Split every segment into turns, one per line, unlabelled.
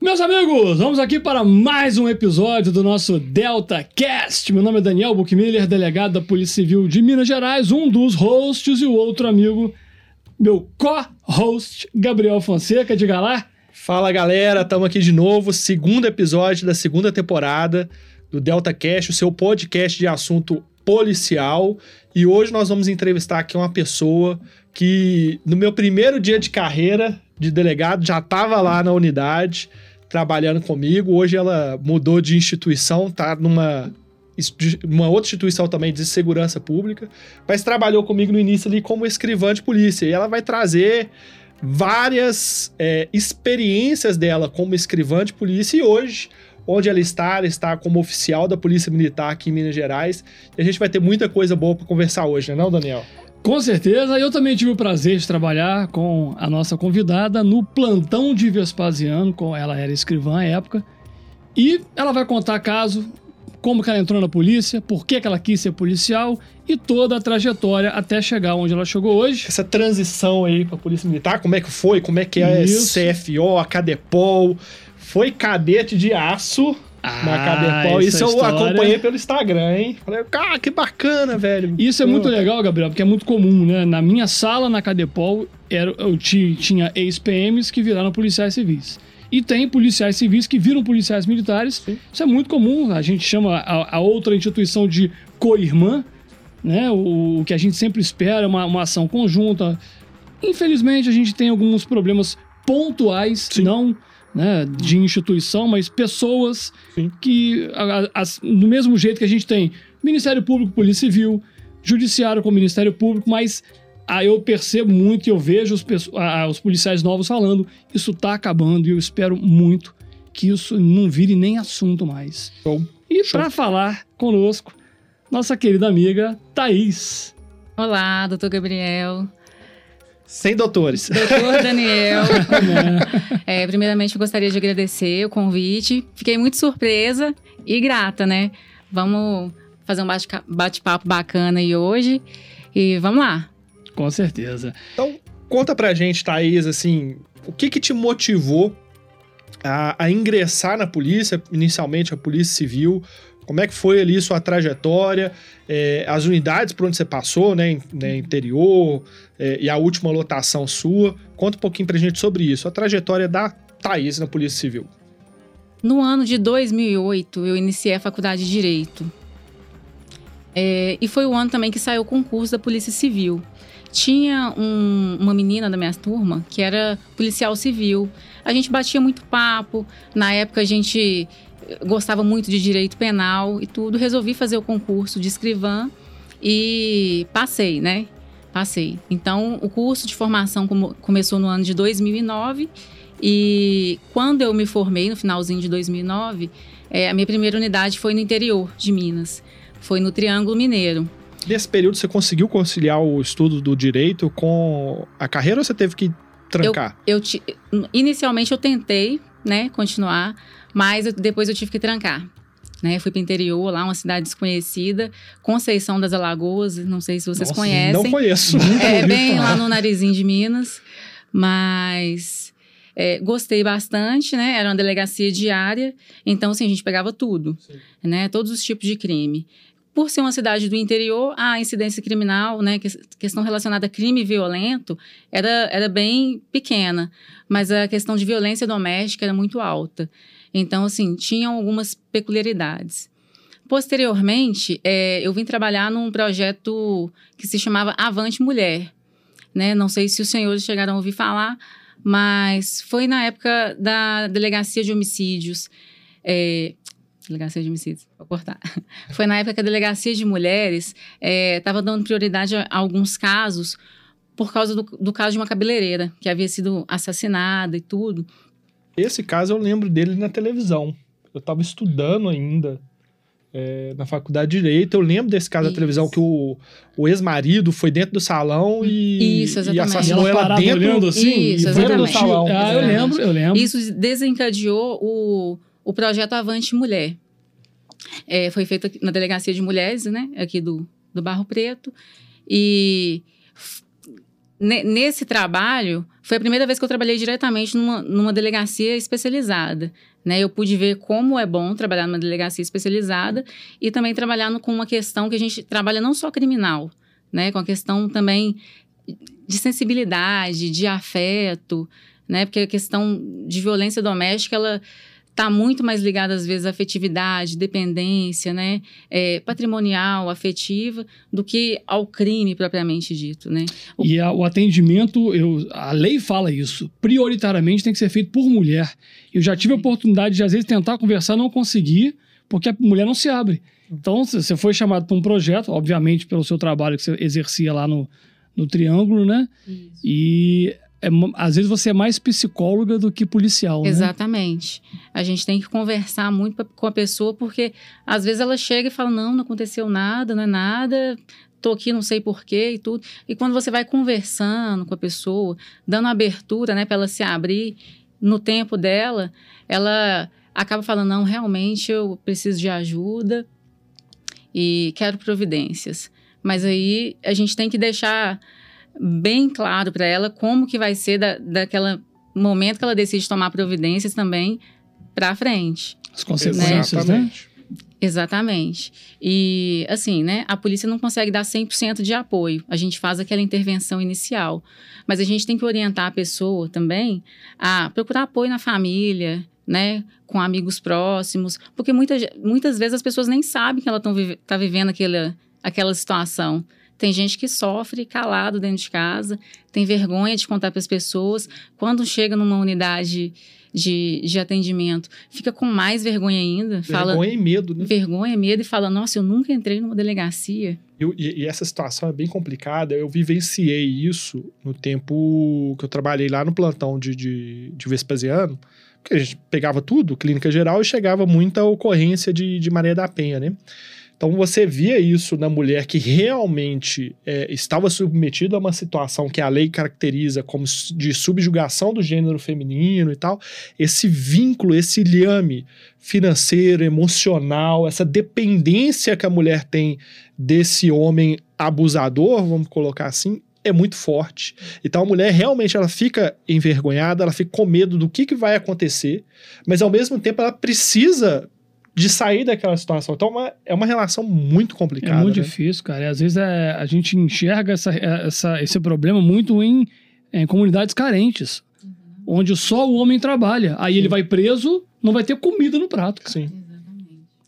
meus amigos, vamos aqui para mais um episódio do nosso Delta Cast. Meu nome é Daniel Buchmiller, delegado da Polícia Civil de Minas Gerais, um dos hosts e o outro amigo, meu co-host, Gabriel Fonseca. Diga lá.
Fala galera, estamos aqui de novo, segundo episódio da segunda temporada do Delta Cast, o seu podcast de assunto policial. E hoje nós vamos entrevistar aqui uma pessoa que no meu primeiro dia de carreira de delegado já estava lá na unidade trabalhando comigo. Hoje ela mudou de instituição, tá numa uma outra instituição também de segurança pública, mas trabalhou comigo no início ali como escrivã de polícia. E ela vai trazer várias é, experiências dela como escrivã de polícia e hoje, onde ela está, ela está como oficial da Polícia Militar aqui em Minas Gerais. E a gente vai ter muita coisa boa para conversar hoje, né, não, Daniel?
Com certeza, eu também tive o prazer de trabalhar com a nossa convidada no plantão de Vespasiano, com ela era escrivã à época, e ela vai contar caso, como que ela entrou na polícia, por que, que ela quis ser policial e toda a trajetória até chegar onde ela chegou hoje.
Essa transição aí para Polícia Militar, como é que foi? Como é que é
Isso.
a CFO, a Cadepol? Foi cadete de aço na Cadepol.
Ah, essa
é Isso eu
história- é
acompanhei pelo Instagram, hein? Falei, cara, que bacana, velho.
Isso é
Pô,
muito legal, Gabriel, porque é muito comum, né? Na minha sala, na Cadepol, era, eu ti- tinha ex-PMs que viraram policiais civis. E tem policiais civis que viram policiais militares. Isso é muito comum. A gente chama a, a outra instituição de co-irmã, né? O, o que a gente sempre espera é uma, uma ação conjunta. Infelizmente, a gente tem alguns problemas pontuais, não né, de instituição, mas pessoas
Sim.
que, a- a- as- do mesmo jeito que a gente tem Ministério Público, Polícia Civil, Judiciário com o Ministério Público, mas aí eu percebo muito e eu vejo os, pesso- a- a- os policiais novos falando: isso tá acabando e eu espero muito que isso não vire nem assunto mais.
Show.
E
Show.
para falar conosco, nossa querida amiga Thaís.
Olá, doutor Gabriel,
Sem doutores.
doutor Daniel. É, primeiramente, eu gostaria de agradecer o convite. Fiquei muito surpresa e grata, né? Vamos fazer um bate- bate-papo bacana aí hoje. E vamos lá.
Com certeza.
Então, conta pra gente, Thaís, assim, o que que te motivou a, a ingressar na polícia, inicialmente a Polícia Civil? Como é que foi ali sua trajetória, eh, as unidades por onde você passou, né, in- né, interior, eh, e a última lotação sua? Conta um pouquinho pra gente sobre isso, a trajetória da Thaís na Polícia Civil.
No ano de 2008, eu iniciei a faculdade de Direito. É, e foi o ano também que saiu o concurso da Polícia Civil. Tinha um- uma menina da minha turma que era policial civil. A gente batia muito papo. Na época, a gente eh, gostava muito de direito penal e tudo. Resolvi fazer o concurso de escrivã e passei, né? Passei. Então, o curso de formação como- começou no ano de 2009 e quando eu me formei, no finalzinho de 2009, eh, a minha primeira unidade foi no interior de Minas. Foi no Triângulo Mineiro.
Nesse período, você conseguiu conciliar o estudo do direito com a carreira ou você teve que trancar?
Eu ti- inicialmente eu tentei, né, continuar, mas eu- depois eu tive que trancar. Né, fui para o interior, lá, uma cidade desconhecida, Conceição das Alagoas, não sei se vocês
Nossa,
conhecem.
Não conheço.
É
ouvi
bem
falar.
lá no narizinho de Minas, mas é, gostei bastante, né? Era uma delegacia diária, então assim, a gente pegava tudo,
Sim.
né? Todos os tipos de crime. Por ser uma cidade do interior, a incidência criminal, né, que- questão relacionada a crime violento, era, era bem pequena, mas a questão de violência doméstica era muito alta. Então, assim, tinham algumas peculiaridades. Posteriormente, eh, eu vim trabalhar num projeto que se chamava Avante Mulher. Né? Não sei se os senhores chegaram a ouvir falar, mas foi na época da Delegacia de Homicídios. é, Delegacia de Homicídios, vou cortar. Foi na época que a Delegacia de Mulheres estava dando prioridade a alguns casos por causa do, do caso de uma cabeleireira que havia sido assassinada e tudo.
Esse caso eu lembro dele na televisão. Eu tava estudando ainda é, na faculdade de Direito. Eu lembro desse caso da
Isso.
televisão que o, o ex-marido foi dentro do salão e,
Isso,
e
exatamente.
E
assassinou
ela
ela
parava
dentro.
olhando assim
Isso,
e foi
exatamente.
pro tio. Ah, eu
Exatamente.
lembro, eu lembro.
Isso desencadeou o, o projeto Avante Mulher. É, foi feito aqui na Delegacia de Mulheres, né? Aqui do, do Barro Preto. E f- Ne- Nesse trabalho, foi a primeira vez que eu trabalhei diretamente numa, numa delegacia especializada. Né? Eu pude ver como é bom trabalhar numa delegacia especializada e também trabalhar no- com uma questão que a gente trabalha não só criminal, né? com a questão também de sensibilidade, de afeto, né? porque a questão de violência doméstica, ela está muito mais ligada às vezes à afetividade, dependência, né, É, patrimonial, afetiva, do que ao crime propriamente dito, né?
E a- o atendimento, eu, a lei fala isso, prioritariamente tem que ser feito por mulher. Eu já tive a oportunidade de, às vezes, tentar conversar, não conseguir, porque a mulher não se abre. Então, se você foi chamado para um projeto, obviamente pelo seu trabalho que você exercia lá no, no Triângulo, né? E é mo- às vezes você é mais psicóloga do que policial, né?
Exatamente. A gente tem que conversar muito pra- com a pessoa, porque às vezes ela chega e fala: não, não aconteceu nada, não é nada, tô aqui, não sei porquê e tudo. E quando você vai conversando com a pessoa, dando abertura, né, pra ela se abrir no tempo dela, ela acaba falando: não, realmente eu preciso de ajuda e quero providências. Mas aí a gente tem que deixar bem claro para ela como que vai ser da, daquela momento que ela decide tomar providências também para frente.
As consequências, né?
Exatamente. E assim, né, a polícia não consegue dar 100% de apoio. A gente faz aquela intervenção inicial, mas a gente tem que orientar a pessoa também a procurar apoio na família, né, com amigos próximos, porque muita, ge- muitas vezes as pessoas nem sabem que ela estão vive, tá vivendo aquela aquela situação. Tem gente que sofre calado dentro de casa, tem vergonha de contar para as pessoas. Quando chega numa unidade de, de atendimento, fica com mais vergonha ainda. fala,
Vergonha e medo, né?
vergonha, medo e fala: Nossa, eu nunca entrei numa delegacia.
Eu- e, e essa situação é bem complicada. Eu vivenciei isso no tempo que eu trabalhei lá no plantão de, de, de Vespasiano, porque a gente pegava tudo, clínica geral, e chegava muita ocorrência de, de Maria da Penha, né? Então você via isso na mulher que realmente é, estava submetida a uma situação que a lei caracteriza como s- de subjugação do gênero feminino e tal. Esse vínculo, esse lhame financeiro, emocional, essa dependência que a mulher tem desse homem abusador, vamos colocar assim, é muito forte. Então a mulher realmente ela fica envergonhada, ela fica com medo do que, que vai acontecer, mas ao mesmo tempo ela precisa de sair daquela situação. Então é uma- é uma relação muito
É
complicada.
muito
né?
difícil, cara. E às vezes é- a gente enxerga essa- é, essa- esse problema muito em, em comunidades carentes,
Uhum.
onde só o homem trabalha. Aí ele vai preso, não vai ter comida no prato. cara.
Sim.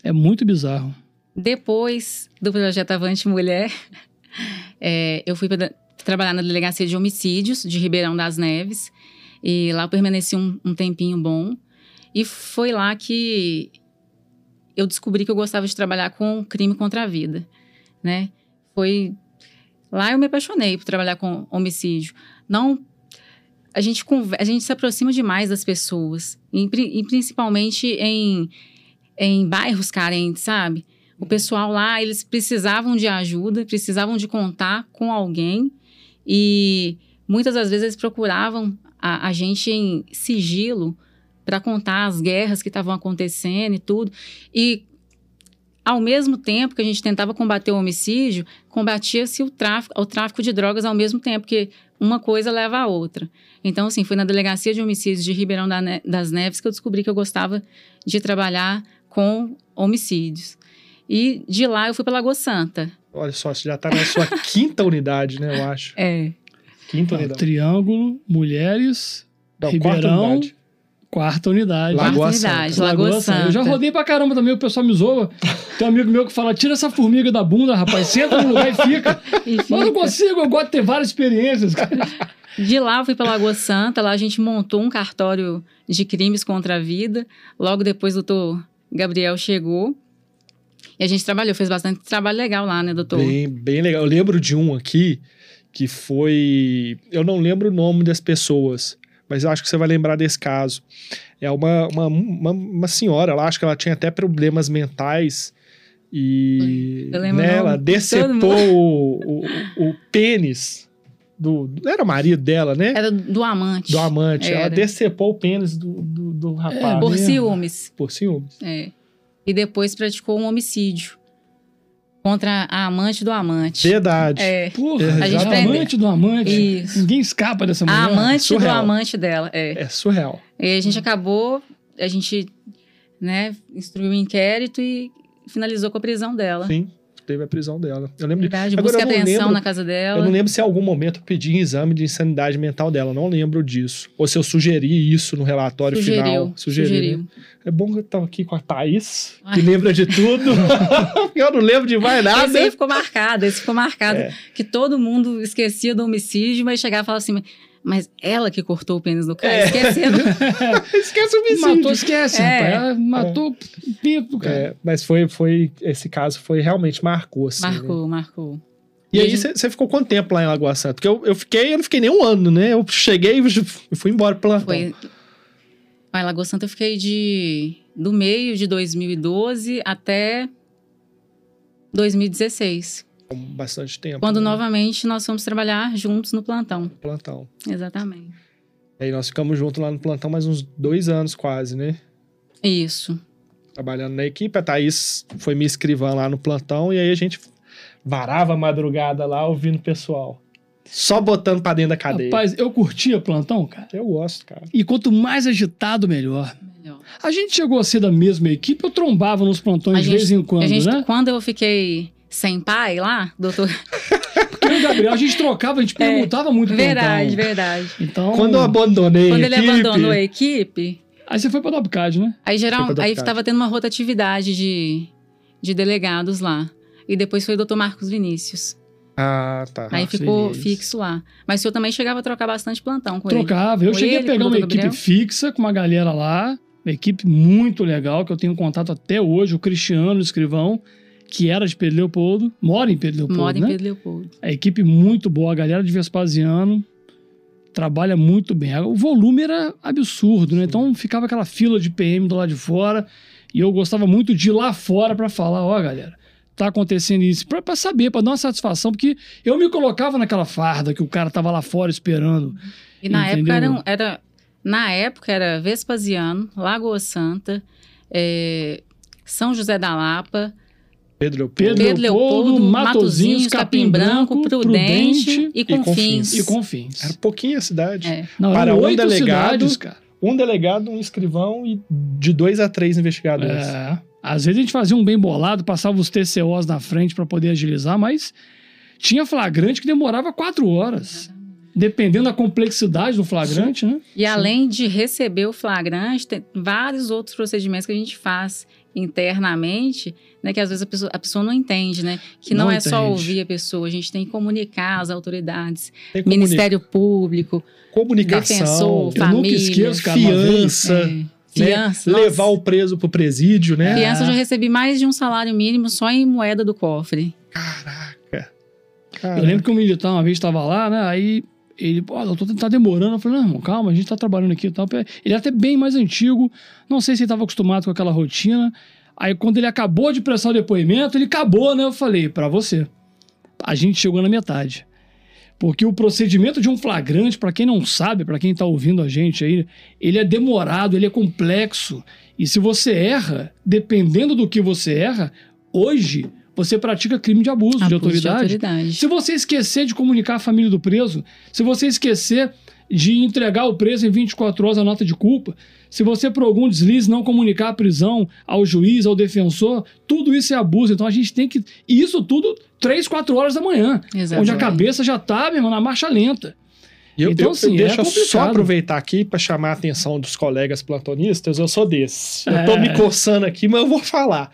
É muito bizarro.
Depois do projeto Avante Mulher, é, eu fui pra- trabalhar na delegacia de homicídios de Ribeirão das Neves. E lá eu permaneci um, um tempinho bom. E foi lá que eu descobri que eu gostava de trabalhar com crime contra a vida, né? Foi lá eu me apaixonei por trabalhar com homicídio. Não a gente conver- a gente se aproxima demais das pessoas, e, pri- e principalmente em em bairros carentes, sabe? O pessoal lá, eles precisavam de ajuda, precisavam de contar com alguém e muitas das vezes eles procuravam a, a gente em sigilo para contar as guerras que estavam acontecendo e tudo. E ao mesmo tempo que a gente tentava combater o homicídio, combatia-se o tráfico, o tráfico de drogas ao mesmo tempo, porque uma coisa leva à outra. Então, assim, foi na delegacia de homicídios de Ribeirão da Ne- das Neves que eu descobri que eu gostava de trabalhar com homicídios. E de lá eu fui para Lagoa Santa.
Olha só, você já tá na sua quinta unidade, né? Eu acho.
É.
Quinta
Então,
unidade.
triângulo, mulheres,
Não, quarta
Ribeirão,
unidade.
quarta unidade.
Lagoa
Quarta
Santa.
unidade, Lagoa Santa.
Eu já rodei pra caramba também, o pessoal me zoa. Tem um amigo meu que fala: tira essa formiga da bunda, rapaz, senta no lugar e fica. Mas eu não consigo, eu gosto de ter várias experiências. cara.
De lá eu fui para Lagoa Santa, lá a gente montou um cartório de crimes contra a vida. Logo depois o doutor Gabriel chegou. E a gente trabalhou, fez bastante trabalho legal lá, né, doutor?
Bem, bem legal. Eu lembro de um aqui que foi. Eu não lembro o nome das pessoas, mas eu acho que você vai lembrar desse caso. É uma, uma, uma, uma senhora lá, acho que ela tinha até problemas mentais. E
Eu lembro o
né, ela
nome de todo mundo.
decepou o, o, o pênis do. Era o marido dela, né?
Era do amante.
Do amante. Ah, Ela
É, Era. É,
decepou o pênis do, do, do rapaz. né?
Por
mesmo?
ciúmes.
Por ciúmes.
É. E depois praticou um homicídio contra a amante do amante.
Verdade.
É.
Porra,
A
a
gente
amante do amante.
Isso.
Ninguém escapa dessa mulher.
A amante do
surreal.
amante dela. É.
É surreal.
E a
Uhum.
gente acabou, a gente, né, instruiu o inquérito e finalizou com a prisão dela.
Sim, teve a prisão dela. Eu lembro de.
Verdade,
Agora,
busca e
eu não
apreensão
lembro-
na casa
Eu não
dela.
lembro se em algum momento eu pedi exame de insanidade mental dela, não lembro disso. Ou se eu sugeri isso no relatório
Sugeriu,
final. Sugeri, né?
sugeriu.
É bom que eu tava aqui com a Thaís, que
Ai.
lembra de tudo. eu não lembro de mais nada.
Esse aí ficou marcado, esse ficou marcado.
Ah, né? É.
Que todo mundo esquecia do homicídio, mas chegava e falava assim, mas ela que cortou o pênis do cara,
É.
esquecendo.
Esquece o
Matou,
homicídio.
esquece,
É.
rapaz. Ela matou o pinto, cara.
É, mas foi, foi, esse caso foi realmente marcou, assim. né?
marcou, marcou.
E
E a
aí
gente-
você você ficou quanto tempo lá em Lagoa Santa? Porque eu, eu fiquei, eu não fiquei nem um ano, né? Eu cheguei e ju- e fui embora pra lá.
Foi... Ai, Lagoa Santa eu fiquei de... Do meio de 2012 até 2016.
Bastante tempo.
Quando
Uhum.
né?
novamente nós fomos trabalhar juntos no plantão.
Plantão.
Exatamente.
Aí nós ficamos juntos lá no plantão mais uns dois anos quase, né?
Isso.
Trabalhando na equipe. A Thaís foi me escrivã lá no plantão e aí a gente varava a madrugada lá ouvindo o pessoal. Só botando pra dentro da cadeia.
Rapaz, eu curtia plantão, cara.
Eu gosto, cara.
E quanto mais agitado, melhor.
Melhor.
A gente chegou a ser da mesma equipe, eu trombava nos plantões
A
de
gente-
vez em quando,
a gente,
né?
Quando eu fiquei sem pai lá, doutor.
Eu e o Gabriel, a gente trocava, a gente perguntava muito
É, Verdade,
plantão.
verdade.
Então,
Quando eu abandonei
Quando
a
ele
equipe,
abandonou a equipe,
aí você foi pra WCAD, né?
aí geral,
Foi pra
aí
deputado.
estava tendo uma rotatividade de, de delegados lá. E depois foi o doutor Marcos Vinícius.
Ah, tá.
aí
Marcos
ficou
Vinícius.
fixo lá. Mas o senhor também chegava a trocar bastante plantão com ele.
Trocava. Eu
Com
cheguei
ele,
a pegar
com o
uma
Dr.
equipe
Gabriel?
fixa com uma galera lá, uma equipe muito legal, que eu tenho contato até hoje, o Cristiano Escrivão, que era de Pedro Leopoldo, mora em Pedro Leopoldo,
Mora em
né?
Pedro Leopoldo.
A equipe muito boa, a galera de Vespasiano trabalha muito bem. O volume era absurdo, né? Então ficava aquela fila de PM do lado de fora e eu gostava muito de ir lá fora pra falar, ó, galera, tá acontecendo isso, Pra pra saber, pra dar uma satisfação, porque eu me colocava naquela farda que o cara tava lá fora esperando.
E na
Entendeu?
época era, um- era- na época era Vespasiano, Lagoa Santa, eh, São José da Lapa,
Pedro
Pedro,
Pedro.
Leopoldo, Matozinhos, Capim Branco,
Prudente,
Prudente
e Confins.
E
Era
Confins.
pouquinha a cidade.
É.
Não, eram
Para um
oito
delegado,
cidades, cara.
Um delegado, um escrivão e de dois a três investigadores.
Ah,
É. Às vezes a gente fazia um bem bolado, passava os TCOs na frente pra poder agilizar, mas tinha flagrante que demorava quatro horas. Dependendo da complexidade do flagrante, né?
E além de receber o flagrante, tem vários outros procedimentos que a gente faz internamente, né, que às vezes a pessoa, a pessoa não entende, né? Que não,
Não
é só
entende.
ouvir a pessoa, a gente tem que comunicar as autoridades,
Tem comuni-
Ministério Público,
comunicação,
defensor,
Eu nunca
família,
esqueço, né, cara, uma vez,
fiança, né?
é, fiança. nossa.
levar o preso pro presídio, né?
Fiança eu
Ah.
já recebi mais de um salário mínimo só em moeda do cofre.
Caraca.
Eu lembro que um militar uma vez estava lá, né? Aí ele, pô, doutor, tá demorando. Eu falei, não, irmão, calma, a gente tá trabalhando aqui e tal. Ele é até bem mais antigo, não sei se ele estava acostumado com aquela rotina. Aí quando ele acabou de prestar o depoimento, ele acabou, né? Eu falei, pra você. A gente chegou na metade. Porque o procedimento de um flagrante, pra quem não sabe, pra quem tá ouvindo a gente aí, ele é demorado, ele é complexo. E se você erra, dependendo do que você erra, hoje você pratica crime de abuso, de
Abuso de
autoridade.
autoridade.
Se você esquecer de comunicar a família do preso, se você esquecer de entregar o preso em 24 horas a nota de culpa, se você por algum deslize não comunicar a prisão ao juiz, ao defensor, tudo isso é abuso. Então a gente tem que. E isso tudo 3, 4 horas da manhã, onde a
Exatamente.
cabeça já tá, meu irmão, na marcha lenta.
E eu,
Então,
eu-
assim, é
deixa eu só
complicado.
aproveitar aqui para chamar a atenção dos colegas platonistas. Eu sou desse. Eu tô
É.
me coçando aqui, mas eu vou falar.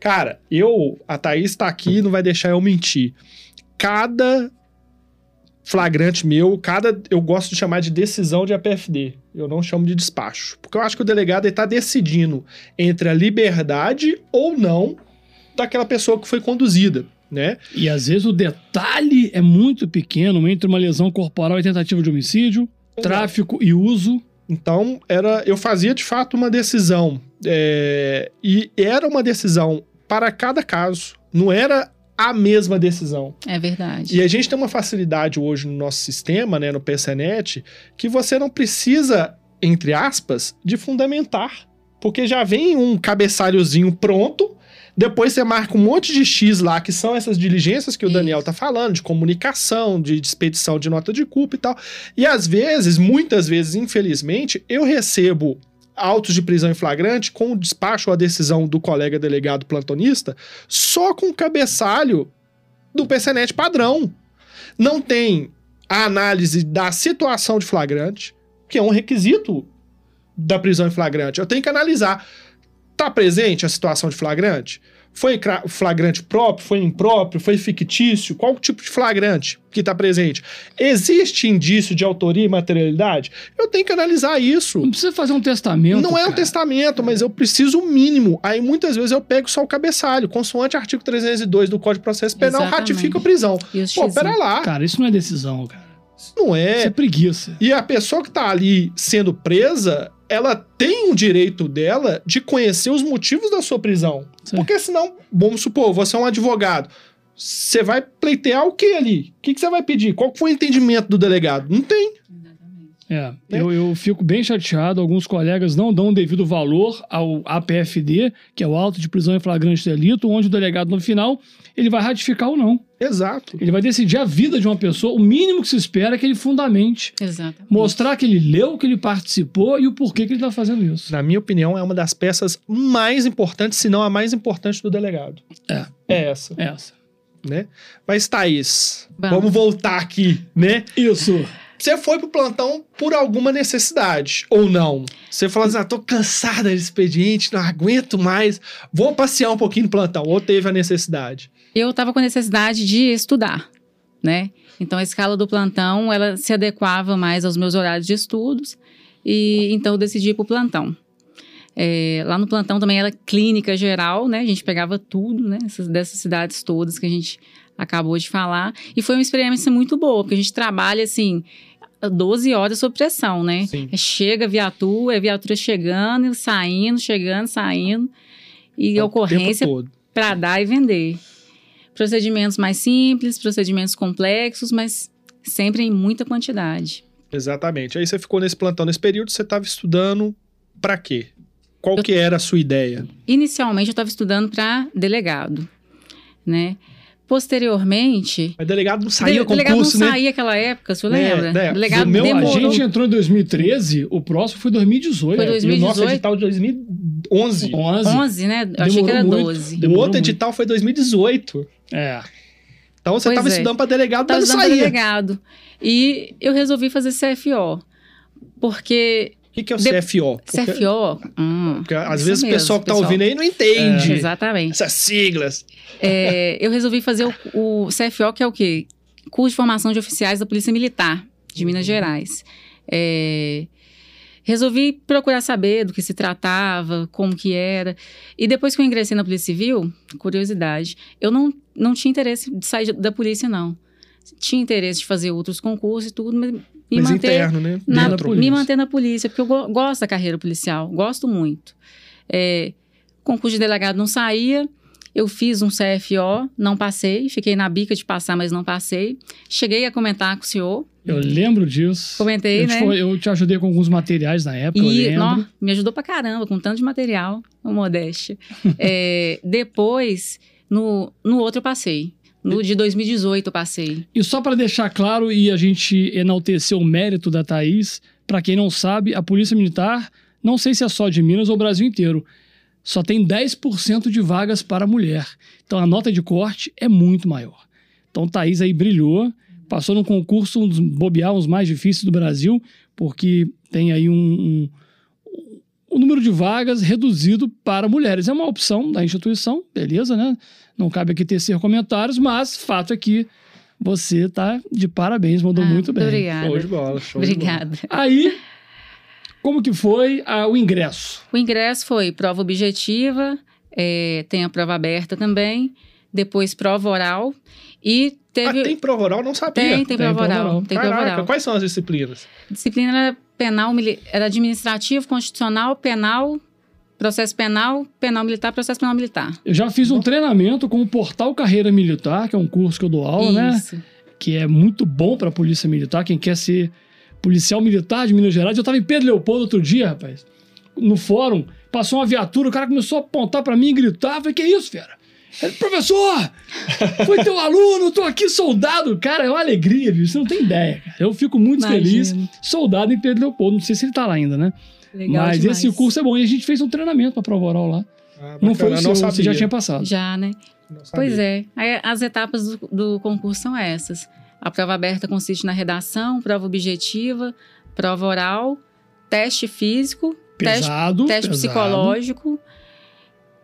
Cara, eu. A Thaís tá aqui não vai deixar eu mentir. Cada flagrante meu, cada. Eu gosto de chamar de decisão de APFD. Eu não chamo de despacho. Porque eu acho que o delegado ele tá decidindo entre a liberdade ou não daquela pessoa que foi conduzida, né?
E às vezes o detalhe é muito pequeno entre uma lesão corporal e tentativa de homicídio, tráfico e uso.
Então, era, eu fazia de fato uma decisão. é, e era uma decisão para cada caso. Não era a mesma decisão.
É verdade.
E a gente tem uma facilidade hoje no nosso sistema, né, no PCNet, que você não precisa, entre aspas, de fundamentar. Porque já vem um cabeçalhozinho pronto, Depois você marca um monte de X lá, que são essas diligências que o
Isso.
Daniel tá falando, de comunicação, de, de expedição de nota de culpa e tal. E às vezes, muitas vezes, infelizmente, eu recebo autos de prisão em flagrante com o despacho ou a decisão do colega delegado plantonista só com o cabeçalho do PCNet padrão. Não tem a análise da situação de flagrante, que é um requisito da prisão em flagrante. Eu tenho que analisar. Tá presente a situação de flagrante? Foi cra- flagrante próprio? Foi impróprio? Foi fictício? Qual tipo de flagrante que está presente? Existe indício de autoria e materialidade? Eu tenho que analisar isso.
Não precisa fazer um testamento.
Não é um
cara.
testamento, mas eu preciso o mínimo. Aí muitas vezes eu pego só o cabeçalho. Consoante artigo 302 do Código de Processo Penal,
Exatamente.
ratifica a prisão.
E os
Pô,
X. né?
pera lá.
Cara, isso não é decisão, cara.
isso não
Isso é
é.
preguiça.
E a pessoa que tá ali sendo presa, ela tem o direito dela de conhecer os motivos da sua prisão.
Sim.
Porque senão, vamos supor, você é um advogado. Você vai pleitear o que ali? O que, que você vai pedir? Qual que foi o entendimento do delegado? Não tem.
É, eu, eu fico bem chateado. Alguns colegas não dão o devido valor ao APFD, que é o auto de prisão em flagrante delito, onde o delegado, no final, ele vai ratificar ou não.
Exato.
Ele vai decidir a vida de uma pessoa. O mínimo que se espera é que ele fundamente.
Exatamente.
Mostrar que ele leu, que ele participou e o porquê que ele tá fazendo isso.
na minha opinião, é uma das peças mais importantes, se não a mais importante do delegado.
É.
É essa,
Essa.
né? Mas, Thaís,
Vamos.
vamos voltar aqui, né?
Isso.
Você foi pro plantão por alguma necessidade, ou não? Você fala assim, ah, tô cansada de expediente, não aguento mais, vou passear um pouquinho no plantão, ou teve a necessidade.
Eu estava com necessidade de estudar, né? Então a escala do plantão, ela se adequava mais aos meus horários de estudos e então eu decidi ir para o plantão. É, lá no plantão também era clínica geral, né? A gente pegava tudo, né? Essas, dessas cidades todas que a gente acabou de falar. E foi uma experiência muito boa, porque a gente trabalha, assim, 12 horas sob pressão, né?
Sim. Tá
Chega a viatura, é viatura chegando, saindo, chegando, saindo. E
Tá O
ocorrência
tempo todo.
para dar e vender. Procedimentos mais simples, procedimentos complexos, mas sempre em muita quantidade.
Exatamente. Aí você ficou nesse plantão nesse período, você tava estudando pra quê? Qual que era a sua ideia?
Inicialmente eu estava estudando para delegado, né? Posteriormente,
Mas delegado não saía
dele- delegado
concurso,
não
né?
saía aquela época, o senhor
Né,
lembra?
né,
Delegado
do meu
A
demorou.
gente entrou em 2013, o próximo foi 2018.
Foi
É,
E o nosso
2018?
edital de 2011.
11.
11, né? Eu achei que era
Demorou muito.
12.
O
Demorou
outro
muito.
edital foi 2018.
É.
Então você
Pois
estava
é.
estudando para delegado,
Tava
mas não
estudando pra
saía.
delegado. E eu resolvi fazer CFO. Porque
O que, que é o
De-
CFO? Porque,
CFO. hum,
porque às
isso
vezes o
mesmo,
pessoal que tá
pessoal. É.
ouvindo aí não entende
exatamente.
essas siglas.
É, eu resolvi fazer o, o CFO, que é o quê? Curso de Formação de Oficiais da Polícia Militar de Minas
Uhum.
Gerais. É, resolvi procurar saber do que se tratava, como que era. E depois que eu ingressei na Polícia Civil, curiosidade, eu não, não tinha interesse de sair da polícia, não. Tinha interesse de fazer outros concursos e tudo, mas me
mas
manter
interno, né?
na-
Dentro da
me
polícia.
manter na polícia, porque eu go- gosto da carreira policial, gosto muito. É, concurso de delegado não saía, eu fiz um CFO, não passei, fiquei na bica de passar, mas não passei. Cheguei a comentar com o senhor,
Eu lembro disso.
Comentei,
eu te,
né?
fo- eu te ajudei com alguns materiais na época, eu
e
lembro.
nó, me ajudou pra caramba, com tanto de material, uma modéstia. É, depois, no, no outro eu passei. No de 2018 eu passei.
E só para deixar claro e a gente enaltecer o mérito da Thaís, para quem não sabe, a Polícia Militar, não sei se é só de Minas ou Brasil inteiro, só tem 10% de vagas para mulher. Então a nota de corte é muito maior. Então Thaís aí brilhou, passou num concurso, um dos bobear, uns mais difíceis do Brasil, porque tem aí um, um, um número de vagas reduzido para mulheres. É uma opção da instituição, beleza, né? Não cabe aqui tecer comentários, mas fato é que você tá de parabéns, mandou
Ah,
muito bem.
Obrigada.
Show de bola, show
um
de bola.
Obrigada.
Aí, como que foi ah, o ingresso?
O ingresso foi prova objetiva, eh, tem a prova aberta também, depois prova oral e teve.
Ah, tem prova oral? Não sabia.
tem, tem prova
prova
oral.
oral.
Tem prova
Caraca,
oral.
quais são as disciplinas?
Disciplina era penal, mili- era administrativo, constitucional, penal, processo penal, penal militar, processo penal militar.
Eu já fiz um treinamento com o Portal Carreira Militar, que é um curso que eu dou aula, né?
Isso.
Que é muito bom pra Polícia Militar, quem quer ser policial militar de Minas Gerais. Eu tava em Pedro Leopoldo outro dia, rapaz, no fórum, Passou uma viatura, o cara começou a apontar pra mim e gritar. Eu falei, que isso, fera? Ele, professor, fui teu aluno, tô aqui soldado. Cara, é uma alegria, viu? Você não tem ideia, cara. Eu fico muito
Imagino.
feliz. Soldado em Pedro Leopoldo, não sei se ele tá lá ainda, né?
Legal
Mas
demais.
esse curso é bom. E a gente fez um treinamento pra prova oral lá.
Ah,
Não
bacana,
foi o
eu
seu, você
sabia,
já tinha passado.
Já, né?
não sabia.
Pois é. Aí, As etapas do, do concurso são essas. A prova aberta consiste na redação, prova objetiva, prova oral, teste físico, teste,
Pesado.
teste
pesado.
psicológico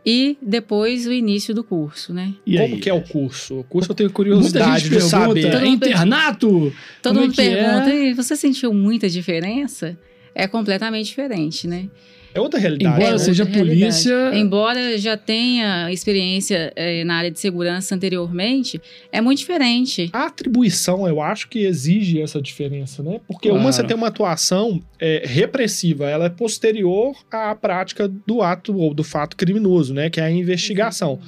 e depois o início do curso, né?
E
Como
aí?
que é o curso? O curso eu tenho
Muita
curiosidade
gente
de
pergunta,
saber.
é internato?
Todo
Como é
mundo
que é?
pergunta, "E você sentiu muita diferença? É completamente diferente, né?
É outra realidade.
Embora
né?
outra
seja
realidade.
polícia, é
Embora já tenha experiência eh, na área de segurança anteriormente, é muito diferente.
A atribuição, eu acho que exige essa diferença, né? Porque uma
Claro.
você tem uma atuação é, repressiva, ela é posterior à prática do ato ou do fato criminoso, né? Que é a investigação.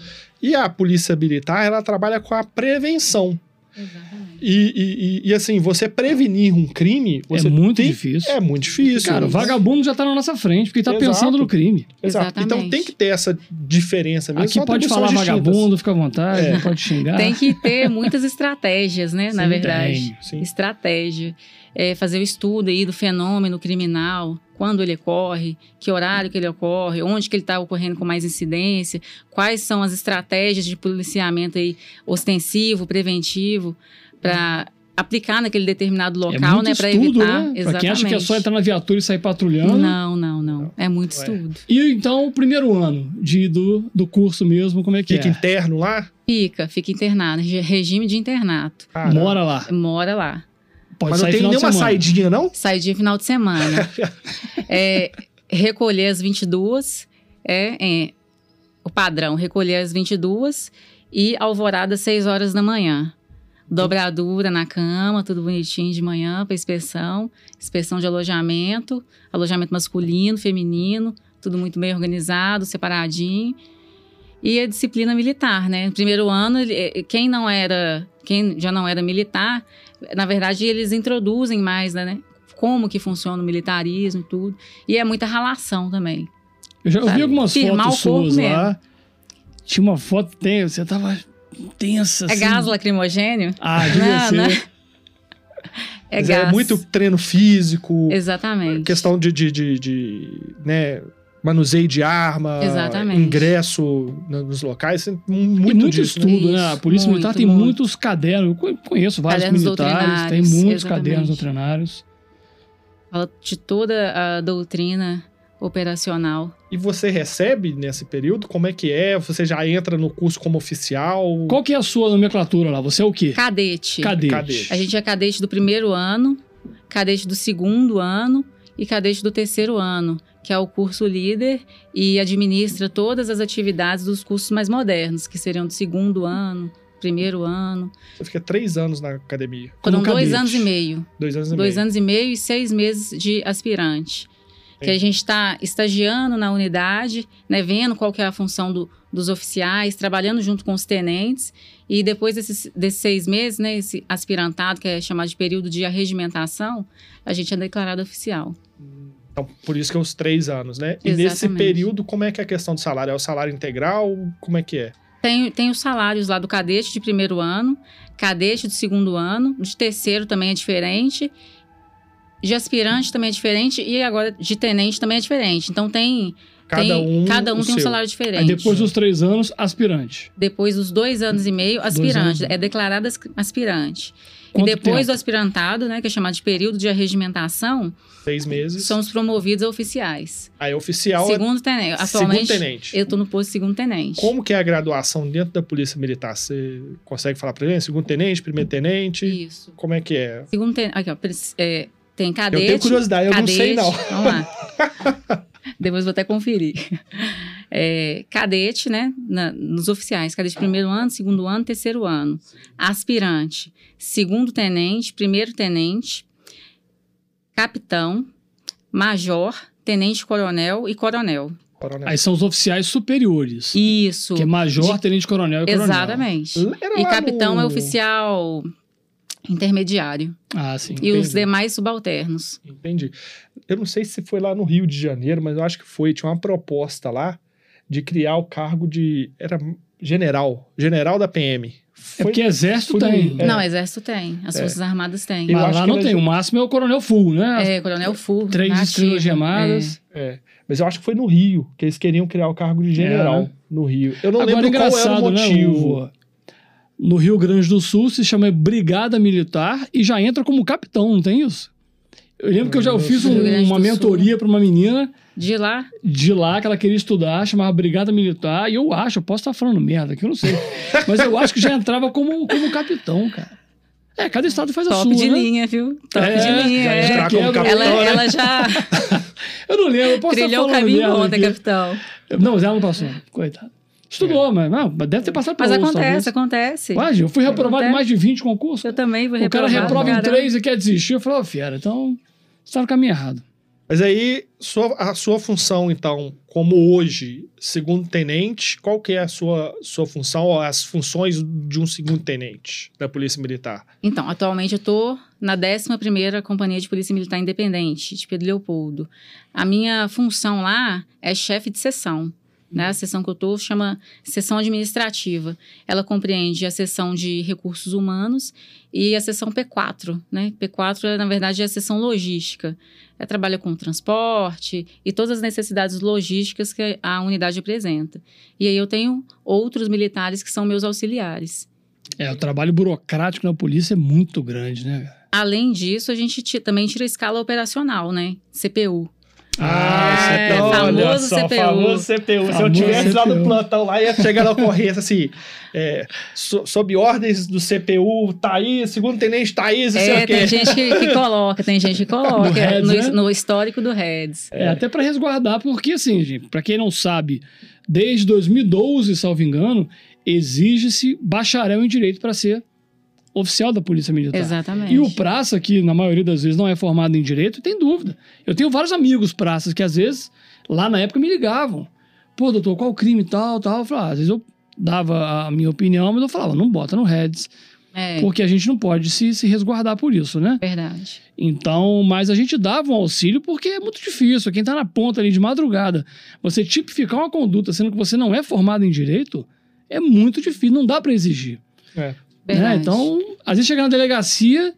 E a polícia militar, ela trabalha com a prevenção.
Exatamente.
E, e- e- e, assim, você prevenir um crime, você
é muito
tem-
difícil.
É muito difícil.
Cara, o vagabundo já tá na nossa frente, porque tá
Exato.
pensando no crime.
Exato. Então
Exatamente.
tem que ter essa diferença mesmo.
Aqui
são
pode falar
atribuições distintas.
vagabundo, fica à vontade,
É.
não pode xingar.
Tem que ter muitas estratégias, né? na
Sim,
verdade.
tem.
Sim.
Estratégia. É, fazer o estudo aí do fenômeno criminal, quando ele ocorre, que horário que ele ocorre, onde que ele está ocorrendo com mais incidência, quais são as estratégias de policiamento aí ostensivo, preventivo, para aplicar naquele determinado
É
local,
muito
né? Para
estudo,
evitar.
né? Pra quem acha que é só
Exatamente.
entrar na viatura e sair patrulhando.
Não, não, não. É muito
Ué.
estudo.
E então, o primeiro ano de, do, do curso mesmo, como é que
Fica
é?
interno lá?
Fica, fica internado, regi- regime de internato.
Cara,
Mora lá.
Mora lá.
Pode
mas não
sair
tem
final de
nenhuma
semana.
saidinha, não?
Sai dia final de semana. É, recolher as 22, é, é, o padrão, recolher as 22 e alvorada às 6 horas da manhã. Dobradura na cama, tudo bonitinho de manhã para inspeção, inspeção de alojamento, alojamento masculino, feminino, tudo muito bem organizado, separadinho. E a disciplina militar, né? No primeiro ano, ele- eh, quem não era, quem já não era militar, na verdade eles introduzem mais, né? Como que funciona o militarismo e tudo. E é muita ralação também.
Eu já eu vi
sabe?
algumas
Firmar
fotos
o corpo
suas lá. Tinha uma foto tensa, você tava tensa.
É
assim.
gás lacrimogêneo?
Ah, devia
Não,
ser.
não. É
Mas
gás.
muito treino físico,
Exatamente.
questão de, de, de, de, né, manuseio de arma,
Exatamente.
ingresso na- nos locais, é muito,
Muito, muito
disso.
estudo,
Isso,
né? A Polícia
muito,
Militar tem
muito.
muitos cadernos. Eu co- conheço vários
Cadernos
militares, tem
doutrinários,
muitos
exatamente.
cadernos doutrinários.
Fala de toda a doutrina operacional.
E você recebe nesse período? Como é que é? Você já entra no curso como oficial?
Qual que é a sua nomenclatura lá? Você é o quê?
Cadete.
Cadê?
Cadete.
A gente é cadete do primeiro ano, cadete do segundo ano e cadete do terceiro ano, que é o curso líder e administra todas as atividades dos cursos mais modernos, que seriam do segundo ano, primeiro ano.
Você fica três anos na academia.
Como
Foram dois
cadete.
anos e meio.
Dois anos e
Dois
meio.
anos e meio e seis meses de aspirante. Que
Entendi.
a gente está estagiando na unidade, né, vendo qual que é a função do- dos oficiais, trabalhando junto com os tenentes. E depois desses, desses seis meses, né, esse aspirantado, que é chamado de período de arregimentação, a gente é declarado oficial.
Então, por isso que é os três anos, né? E
Exatamente.
nesse período, como é que é a questão do salário? É o salário integral? Como é que é?
Tem, tem os salários lá do cadete de primeiro ano, cadete do segundo ano, de terceiro também é diferente, de aspirante também é diferente e agora de tenente também é diferente. Então tem
Cada
tem,
um,
cada um
o
tem um
seu.
salário
Aí
diferente.
depois dos três anos, aspirante.
Depois dos dois anos e meio,
anos
aspirante.
e meio.
É declarada as- aspirante.
Quanto
e depois
tempo?
do aspirantado, né, que é chamado de período de arregimentação,
Seis meses.
são os promovidos a oficiais.
Aí oficial é
segundo tenente.
segundo
Atualmente,
tenente.
eu tô no posto de segundo tenente.
Como que é a graduação dentro da Polícia Militar? Você consegue falar pra gente? Segundo tenente, primeiro tenente?
Isso.
Como é que é?
Segundo tenente. Aqui, ó. pres- é, tem cadete.
eu tenho curiosidade, eu
cadete,
não sei não.
Vamos lá. Depois vou até conferir. É, cadete, né? na- nos oficiais, cadete primeiro ano, segundo ano, terceiro ano. Aspirante, segundo tenente, primeiro tenente, capitão, major, tenente coronel e coronel.
Coronel.
Aí são os oficiais superiores.
Isso.
é Hum.
Que é major, tenente coronel e coronel.
Exatamente.
Era
E
lá
capitão
no-
é oficial intermediário
Ah, sim.
e os
Entendi.
demais subalternos.
Entendi. Eu não sei se foi lá no Rio de Janeiro, mas eu acho que foi. Tinha uma proposta lá de criar o cargo de. Era general. General da PM.
É
Foi,
porque exército
foi no-
tem.
É.
Não, o exército tem, as
É.
forças armadas têm.
Eu
Mas
acho
lá
que
não
era
tem.
ju-
O máximo é o coronel full, né?
É, Coronel Full.
Três
na ativa.
estrelas gemadas.
é, mas eu acho que foi no Rio que eles queriam criar o cargo de general
É, né?
no Rio. Eu não
Agora,
lembro qual era o
engraçado, né,
motivo.
o- No Rio Grande do Sul se chama Brigada Militar e já entra como capitão, não tem isso? Eu lembro que eu já
Nossa.
fiz um-
Rio Grande do
uma
Sul.
mentoria para uma menina
É. De lá,
de lá que ela queria estudar, chamava Brigada Militar, e eu acho, eu posso estar falando merda aqui, eu não sei. mas eu acho que já entrava como, como capitão, cara. É, cada estado faz a
top
sua.
de
né?
linha, viu? Top
É,
de linha.
já
é.
está
Quebra-
como capitão,
Ela,
né?
ela já
Eu não lembro, eu posso
trilhou o
estar falando
caminho
merda
ontem,
aqui.
capitão.
Não, mas ela não passou, coitada. Estudou, mas, não, mas deve ter passado por
É. Mas
outros,
acontece,
talvez.
acontece.
Imagina, eu fui reprovado em mais de 20 concursos.
Eu também vou
O cara
reprovar.
reprova em
cara.
três e quer desistir. Eu falo, ó, fera, então você tá no caminho errado.
Mas aí, sua- a sua função, então, como hoje, segundo tenente, qual que é a sua, sua função, ou as funções de um segundo tenente da Polícia Militar?
Então, atualmente eu tô na 11ª Companhia de Polícia Militar Independente, de Pedro Leopoldo. A minha função lá é chefe de seção. Né? A seção que eu estou chama seção administrativa. Ela compreende a seção de recursos humanos e a seção P4. Né? P4, ela, na verdade, é a seção logística. Ela trabalha com transporte e todas as necessidades logísticas que a unidade apresenta. E aí eu tenho outros militares que são meus auxiliares.
É, o trabalho burocrático na polícia é muito grande, né? cara?
Além disso, a gente ti- também tira a escala operacional, né? CPU.
Ah,
o
é, famoso CPU.
famoso CPU. Se eu
Famoso
tivesse lá no
CPU.
plantão, lá ia chegar na ocorrência assim, é, so- sob ordens do CPU, Thaís, tá segundo tenente tá Thaís, não sei
É,
o quê.
tem gente que, que coloca, tem gente que
Do
coloca é,
Reds,
no,
né?
no histórico do Reds.
É, até para resguardar, porque assim, gente, para quem não sabe, desde 2012, salvo engano, exige-se bacharel em direito para ser oficial da Polícia Militar.
Exatamente.
E o praça, que na maioria das vezes não é formado em direito, tem dúvida. Eu tenho vários amigos praças que às vezes, lá na época, me ligavam. Pô, doutor, qual crime tal, tal? Eu falava, ah, às vezes eu dava a minha opinião, mas eu falava, não bota no Reds,
É,
porque a gente não pode se, se resguardar por isso, né?
verdade.
Então, mas a gente dava um auxílio porque é muito difícil. Quem tá na ponta ali de madrugada, você tipificar uma conduta sendo que você não é formado em direito, é muito difícil, não dá para exigir.
É.
né?
verdade.
Então, às vezes chega na delegacia,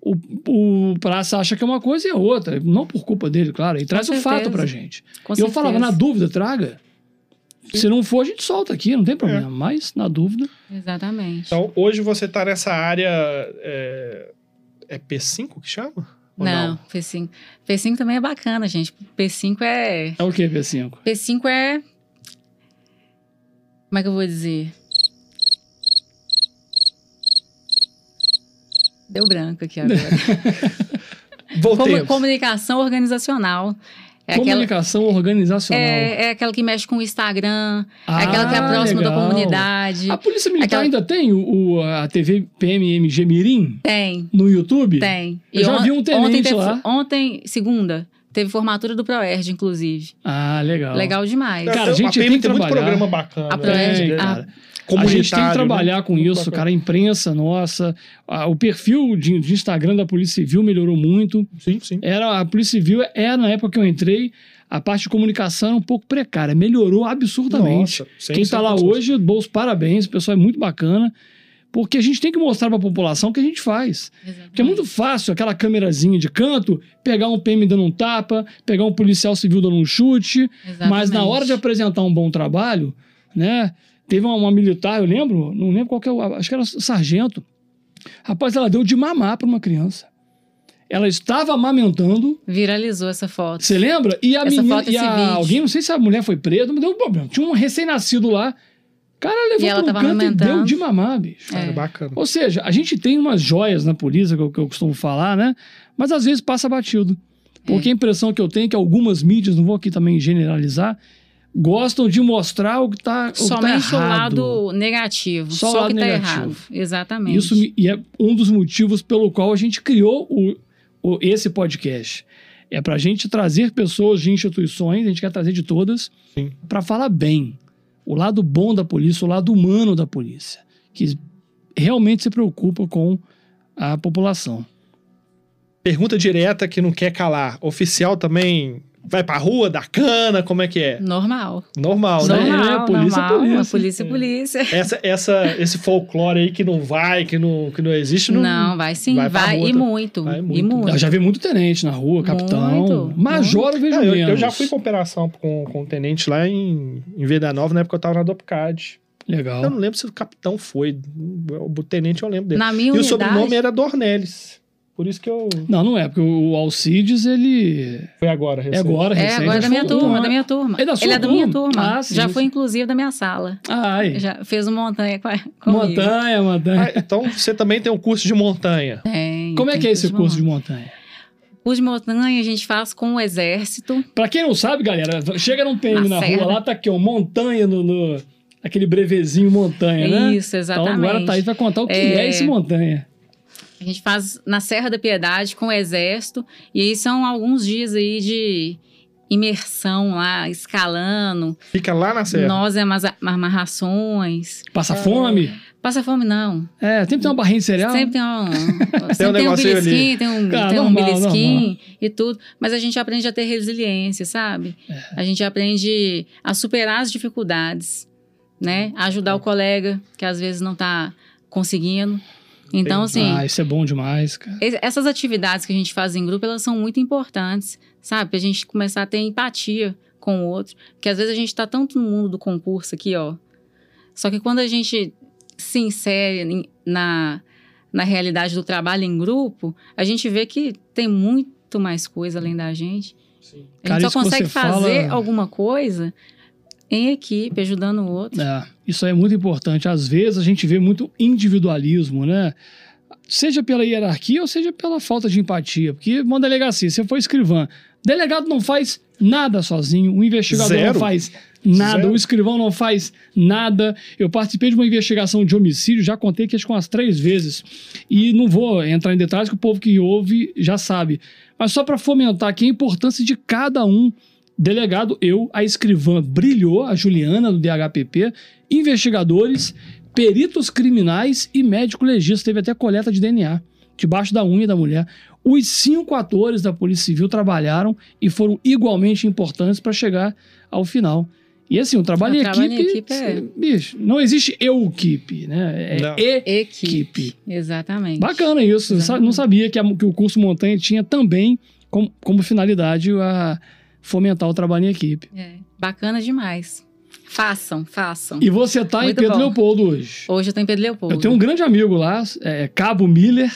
o, o praça acha que é uma coisa e é outra. Não por culpa dele, claro. E traz o
certeza.
fato pra gente.
Com
E eu
certeza.
falava, na dúvida, traga. Se não for, a gente solta aqui, não tem problema. Mas, na dúvida.
Exatamente.
Então, hoje você está nessa área. É, é P5 que chama? Ou
não, P5. P5 também é bacana, gente. P5 é.
É o que, B5?
P5 é. Como é que eu vou dizer? Deu branco aqui agora.
Voltemos.
Comu- comunicação organizacional. É aquela,
Comunicação organizacional.
é, é aquela que mexe com o Instagram,
Ah,
é aquela que é próxima da
legal. Ah,
comunidade.
A Polícia Militar
Aquela-
ainda tem o, o- a TV PMMG Mirim
Tem,
no YouTube?
tem.
Eu já vi um tenente
ontem, teve-
lá.
ontem, segunda, teve formatura do ProErd, inclusive.
Ah, legal.
Legal demais.
Cara, a
Tem-
gente
PM
tem que
muito
trabalhar.
programa bacana.
A
né?
Proerd-
É,
a-
cara. A gente tem que trabalhar com
Muito
isso,
bacana.
cara. A imprensa, nossa. a- o perfil de, de Instagram da Polícia Civil melhorou muito.
Sim, sim.
Era, a Polícia Civil era, na época que eu entrei, a parte de comunicação era um pouco precária. Melhorou absurdamente.
Nossa,
Quem
sem- sem
está lá
condições.
hoje, dou os parabéns. O pessoal é muito bacana. Porque a gente tem que mostrar para a população o que a gente faz. Porque é muito fácil aquela câmerazinha de canto pegar um PM dando um tapa, pegar um policial civil dando um chute.
Exatamente.
Mas na hora de apresentar um bom trabalho, né? Teve uma, uma militar, eu lembro, não lembro qual que é, o- acho que era sargento. Rapaz, ela deu de mamar para uma criança. Ela estava amamentando,
Viralizou essa foto.
você lembra? E a
Essa
menina, e
foto, esse
a-
vídeo.
alguém, não sei se a mulher foi presa, mas deu um problema. Tinha um recém-nascido lá. Cara,
E ela
levou pra um
tava
canto e deu
amamentando.
de mamar, bicho.
Cara,
É.
bacana.
Ou seja, a gente tem umas joias na polícia, que eu, que eu costumo falar, né? Mas às vezes passa batido. Porque a impressão que eu tenho é que algumas mídias, não vou aqui também generalizar, gostam de mostrar o que está o que tá
Somente o
errado.
lado negativo.
Só o
Só,
lado
o que tá
negativo.
errado. Exatamente.
Isso me- e é um dos motivos pelo qual a gente criou o, o- esse podcast. É para a gente trazer pessoas de instituições, a gente quer trazer de todas,
Sim.
para falar bem. O lado bom da polícia, o lado humano da polícia, que realmente se preocupa com à população.
Pergunta direta que não quer calar. Oficial também vai pra rua, dá cana, como é que é?
Normal.
Normal, né?
Normal. é, polícia é polícia.
A polícia é
É.
polícia.
Essa, essa, esse folclore aí que não vai, que não, que não existe, não.
Não, vai sim,
vai
vai,
pra rua
e
tam-
muito.
vai
e
muito.
muito.
Eu já vi muito tenente na rua, capitão.
Muito,
Major eu vejo
Não, É, eu,
menos.
eu já fui com operação com, com o tenente lá em, em Venda Nova, na época eu tava na Dopcad. Eu
Legal.
não lembro se o capitão foi. O tenente eu lembro dele.
Na minha
e o
unidade,
é
sobrenome era Dornelles. Por isso que eu.
Não, não é, porque o Alcides, ele
Foi agora,
é
recente.
agora
é
recente.
agora da
Foi
minha
um
turma,
ano.
da minha turma.
É da sua
Ele é da minha
turma?
turma.
Ah, sim,
já
sim.
foi, inclusive, da minha sala.
Ai,
Já fez um montanha com a, comigo.
montanha, montanha.
Ah, então você também tem um curso de montanha.
Tem,
Como é
tem
que é esse curso de montanha?
montanha? Curso de montanha a gente faz com o exército.
Pra quem não sabe, galera, chega num PM na,
Na
rua,
serra. né?
lá tá aqui, ó, montanha no, no- Aquele brevezinho montanha, né?
Isso, exatamente.
Então agora a Thaís vai contar o que é,
É.
esse montanha.
A gente faz na Serra da Piedade com o Exército. E aí são alguns dias aí de imersão lá, escalando.
Fica lá na serra.
Nós é mas- amarrações.
Passa fome?
Passa fome, não.
É, sempre tem uma barrinha de cereal.
Sempre tem um, sempre tem um
negocinho ali.
belisquinho, tem um,
Ah,
tem um
normal,
belisquinho e tudo. Mas a gente aprende a ter resiliência, sabe?
É.
A gente aprende a superar as dificuldades, né? A ajudar o colega que às vezes não tá conseguindo. Então, assim,
Ah, isso é bom demais, cara.
Es- Essas atividades que a gente faz em grupo, elas são muito importantes, sabe? Pra gente começar a ter empatia com o outro. Porque às vezes a gente tá tanto no mundo do concurso aqui, ó. Só que quando a gente se insere em- na, na realidade do trabalho em grupo, a gente vê que tem muito mais coisa além da gente. A
Cara,
gente
isso
só
que
consegue
você fala-
fazer alguma coisa em equipe, ajudando o outro.
É, isso é muito importante. Às vezes a gente vê muito individualismo, né? Seja pela hierarquia ou seja pela falta de empatia. Porque uma delegacia, se for escrivã, delegado não faz nada sozinho, o investigador
Zero.
não faz nada,
Zero.
o escrivão não faz nada. Eu participei de uma investigação de homicídio, já contei que acho que umas três vezes. E não vou entrar em detalhes, que o povo que ouve já sabe. Mas só para fomentar aqui a importância de cada um. Delegado, eu, a escrivã brilhou, a Juliana do DHPP, investigadores, peritos criminais e médico legista. Teve até coleta de DNA debaixo da unha da mulher. Os cinco atores da Polícia Civil trabalharam e foram igualmente importantes para chegar ao final. E assim, o trabalho,
O
em
trabalho em
equipe.
equipe é-
Bicho, não existe eu-equipe, né?
Não.
É
Equipe.
equipe.
Exatamente.
Bacana isso. Sa- Não sabia que, a- que o curso Montanha tinha também com- como finalidade a fomentar o trabalho em equipe.
É, bacana demais. Façam, façam.
E você tá em
Muito
Pedro
bom.
Leopoldo hoje.
Hoje eu tô em Pedro Leopoldo.
Eu tenho um grande amigo lá, é, Cabo Miller.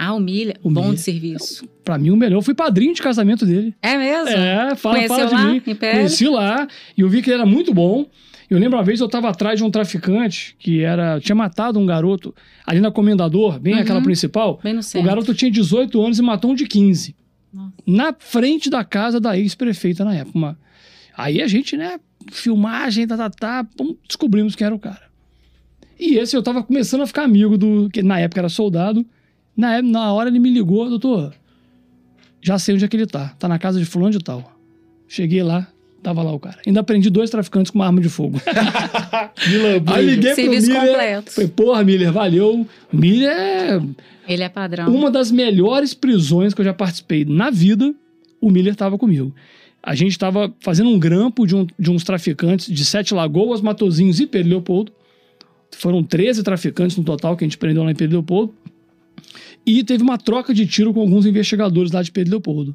Ah, o milha.
O
Bom
milha.
de serviço.
Pra mim, o melhor. Eu fui padrinho de casamento dele.
É mesmo?
É, fala, fala
Conheceu
de
lá É.
mim.
em Pérez?
Conheci lá e eu vi que ele era muito bom. Eu lembro uma vez eu tava atrás de um traficante que era tinha matado um garoto ali na Comendador, bem
Uhum.
aquela principal.
Bem no
O
centro.
garoto tinha 18 anos e matou um de 15.
Nossa.
Na frente da casa da ex-prefeita na época. Uma- Aí a gente, né, filmagem, tá, tá, tá, pum, descobrimos quem era o cara. E esse eu tava começando a ficar amigo do. que na época era soldado. Na, é- na hora ele me ligou, doutor, já sei onde é que ele tá. Tá na casa de fulano de tal. Cheguei lá, tava lá o cara. Ainda aprendi dois traficantes com uma arma de fogo. Aí liguei pro
Serviço
Miller.
completo.
Falei, porra, Miller, valeu. Miller é
Ele é padrão.
uma das melhores prisões que eu já participei na vida, o Miller estava comigo. A gente estava fazendo um grampo de, um- de uns traficantes de Sete Lagoas, Matozinhos e Pedro Leopoldo. Foram 13 traficantes no total que a gente prendeu lá em Pedro Leopoldo. E teve uma troca de tiro com alguns investigadores lá de Pedro Leopoldo.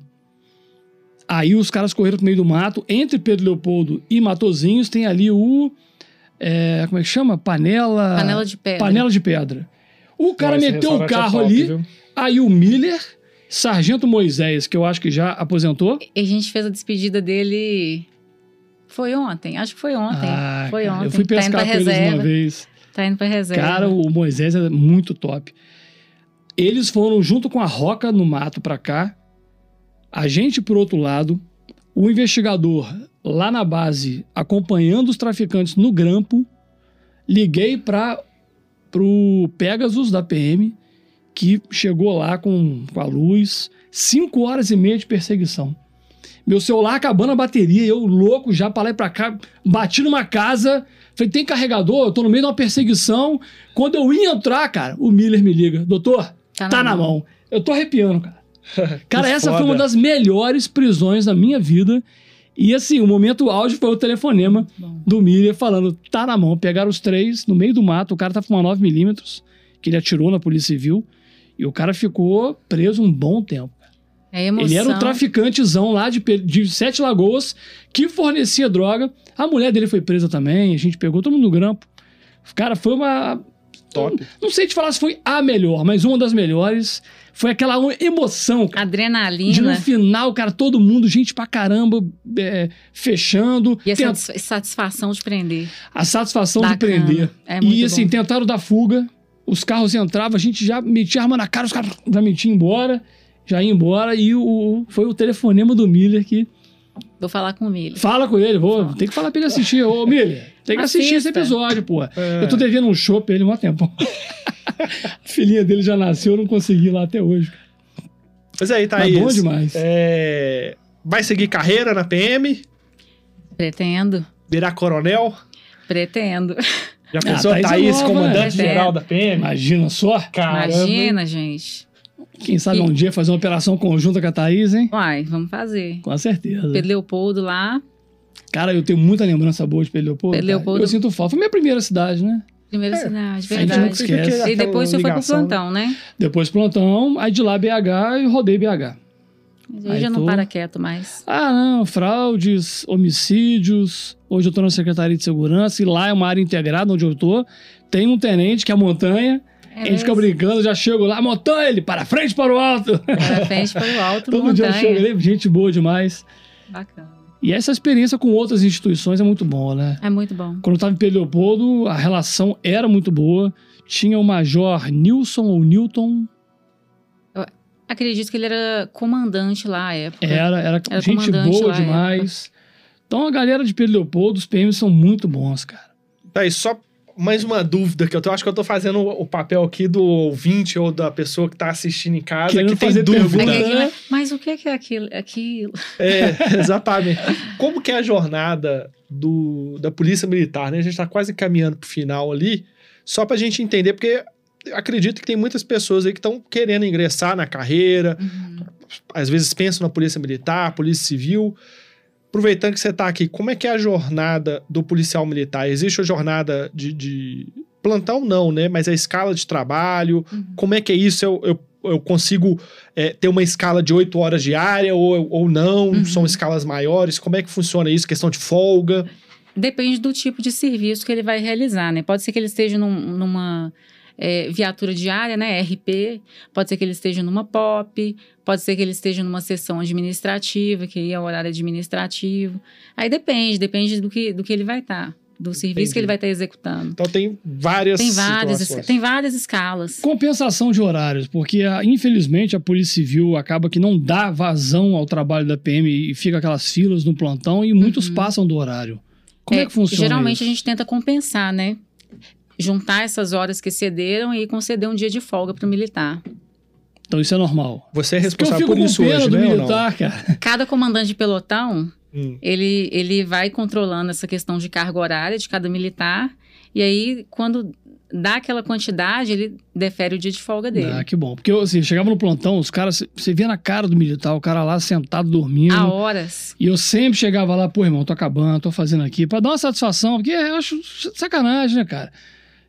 Aí os caras correram pro meio do mato. Entre Pedro Leopoldo e Matozinhos tem ali o... é, como é que chama? Panela...
Panela de pedra.
Panela de pedra. O cara
Esse
meteu o
restaurante é
carro
top,
ali,
viu?
aí o Miller, Sargento Moisés, que eu acho que já aposentou.
E a gente fez a despedida dele... Foi ontem. Acho que foi ontem.
Ah,
foi
cara,
ontem.
Eu fui
tá indo pra
pescar com eles
reserva.
uma vez.
Tá indo pra reserva.
Cara, o Moisés é muito top. Eles foram junto com a Roca no mato pra cá, a gente por outro lado, o investigador lá na base acompanhando os traficantes no grampo. Liguei para pro Pegasus da PM, que chegou lá com, com a luz, cinco horas e meia de perseguição. Meu celular acabando a bateria, eu louco já pra lá e pra cá, bati numa casa, falei, tem carregador? Eu tô no meio de uma perseguição. Quando eu ia entrar, cara, o Miller me liga, doutor, Tá na, mão. Eu tô arrepiando, cara. Cara, essa foi uma
Foda.
das melhores prisões da minha vida. E assim, o momento áudio foi o telefonema
Bom.
do Miller falando: tá na mão. Pegaram os três no meio do mato, o cara tava com uma 9mm, que ele atirou na Polícia Civil. E o cara ficou preso um bom tempo.
É emoção.
Ele era um traficantezão lá de, Pe- de Sete Lagoas que fornecia droga. A mulher dele foi presa também, a gente pegou todo mundo no grampo. Cara, foi uma.
Top.
Não sei te falar se foi a melhor, mas uma das melhores. Foi aquela um, emoção, cara. De um no
Adrenalina
final, cara, todo mundo, gente pra caramba, é, fechando.
e a
Tem a-
satisfa- satisfação de prender.
a satisfação de
Bacana.
prender.
É muito
E assim,
bom.
tentaram dar fuga, os carros entravam, a gente já metia a arma na cara, os caras já metiam embora, já ia embora, e o, foi o telefonema do Miller que
Vou falar com ele.
fala com ele, vou, tem que falar pra ele assistir. Ô, Miller, tem que assistir esse
Assista.
episódio, porra.
É.
Eu tô devendo um show pra ele há um tempo. a filhinha dele já nasceu, eu não consegui ir lá até hoje.
Mas é aí,
Tá
Thaís.
bom demais.
é, Vai seguir carreira na PM?
Pretendo,
Virar coronel?
pretendo.
Já
Ah,
pensou?
Thaís é
Thaís,
nova,
né?
comandante-geral da PM?
Imagina só,
Caramba.
Imagina, gente.
quem sabe um dia fazer uma operação conjunta com a Thaís, hein?
Uai, vamos fazer.
Com certeza.
Pedro Leopoldo lá,
Cara, eu tenho muita lembrança boa de Pedro Leopoldo.
Pedro
cara.
Leopoldo.
Eu sinto falta. Foi minha primeira cidade, né?
primeira
É,
cidade,
a gente não
verdade.
esquece.
Fica
E depois você
aquela
foi pro
ligação, né?
plantão, né?
Depois plantão, aí de lá BH e rodei BH.
Mas
Aí
Hoje eu não
tô-
para quieto mais.
Ah, não, fraudes, homicídios. Hoje eu tô na Secretaria de Segurança e lá é uma área integrada onde eu tô. Tem um tenente que é a montanha.
É
a gente fica brincando, eu já chego lá, montanha, ele para frente, para o alto.
Para frente, para o alto,
Todo dia eu chego
montanha.
ali, gente boa demais.
Bacana.
E essa experiência com outras instituições é muito boa, né?
É muito bom.
Quando eu tava em Pedro Leopoldo, a relação era muito boa. Tinha o Major Nilson ou Newton,
Acredito que ele era comandante lá à época.
Era, era,
Era
gente
comandante
boa
lá, é.
demais. Então a galera de Pedro Leopoldo, os PMs são muito bons, cara.
Thaís, só mais uma dúvida que eu tenho. Acho que eu tô fazendo o papel aqui do ouvinte ou da pessoa que tá assistindo em casa
Querendo
que tem
fazer
dúvida.
pergunta.
Aquele-
né?
Mas o que é que é aquilo? aquilo?
É, exatamente. Como que é a jornada do, da Polícia Militar, né? A gente tá quase caminhando pro final ali, só pra gente entender, porque eu acredito que tem muitas pessoas aí que estão querendo ingressar na carreira,
Uhum.
às vezes pensam na Polícia Militar, Polícia Civil. Aproveitando que você tá aqui, como é que é a jornada do policial militar? Existe a jornada de, de plantão, não, né? Mas a escala de trabalho,
Uhum.
como é que é isso? Eu, eu, eu consigo é, ter uma escala de oito horas diária ou, ou não?
Uhum.
São escalas maiores? Como é que funciona isso? Questão de folga?
Depende do tipo de serviço que ele vai realizar, né? Pode ser que ele esteja num- numa é, viatura diária, né? RP, pode ser que ele esteja numa POP, pode ser que ele esteja numa sessão administrativa, que aí é o horário administrativo. Aí depende, depende do que, do que ele vai estar, do serviço que
Entendi.
ele vai estar executando.
Então tem várias
Tem
assim,
várias,
situações.
tem várias escalas.
Compensação de horários, porque ah, infelizmente a Polícia Civil acaba que não dá vazão ao trabalho da PM e fica aquelas filas no plantão e muitos
Uhum.
passam do horário. Como é, que funciona?
Geralmente
isso?
a gente tenta compensar, né? Juntar essas horas que cederam e conceder um dia de folga para o militar.
Então isso é normal.
Você é
Porque eu
responsável
fico
por
com
isso
pena
hoje,
do
né? ou não?
militar, cara.
Cada comandante de pelotão
Hum.
ele, ele vai controlando essa questão de carga horária de cada militar. E aí, quando dá aquela quantidade, ele defere o dia de folga dele.
Ah, que bom. Porque eu, assim, chegava no plantão, os caras, você via na cara do militar, o cara lá sentado dormindo.
Há horas.
E eu sempre chegava lá, pô, irmão, tô acabando, tô fazendo aqui, pra dar uma satisfação, porque eu acho sacanagem, né, cara?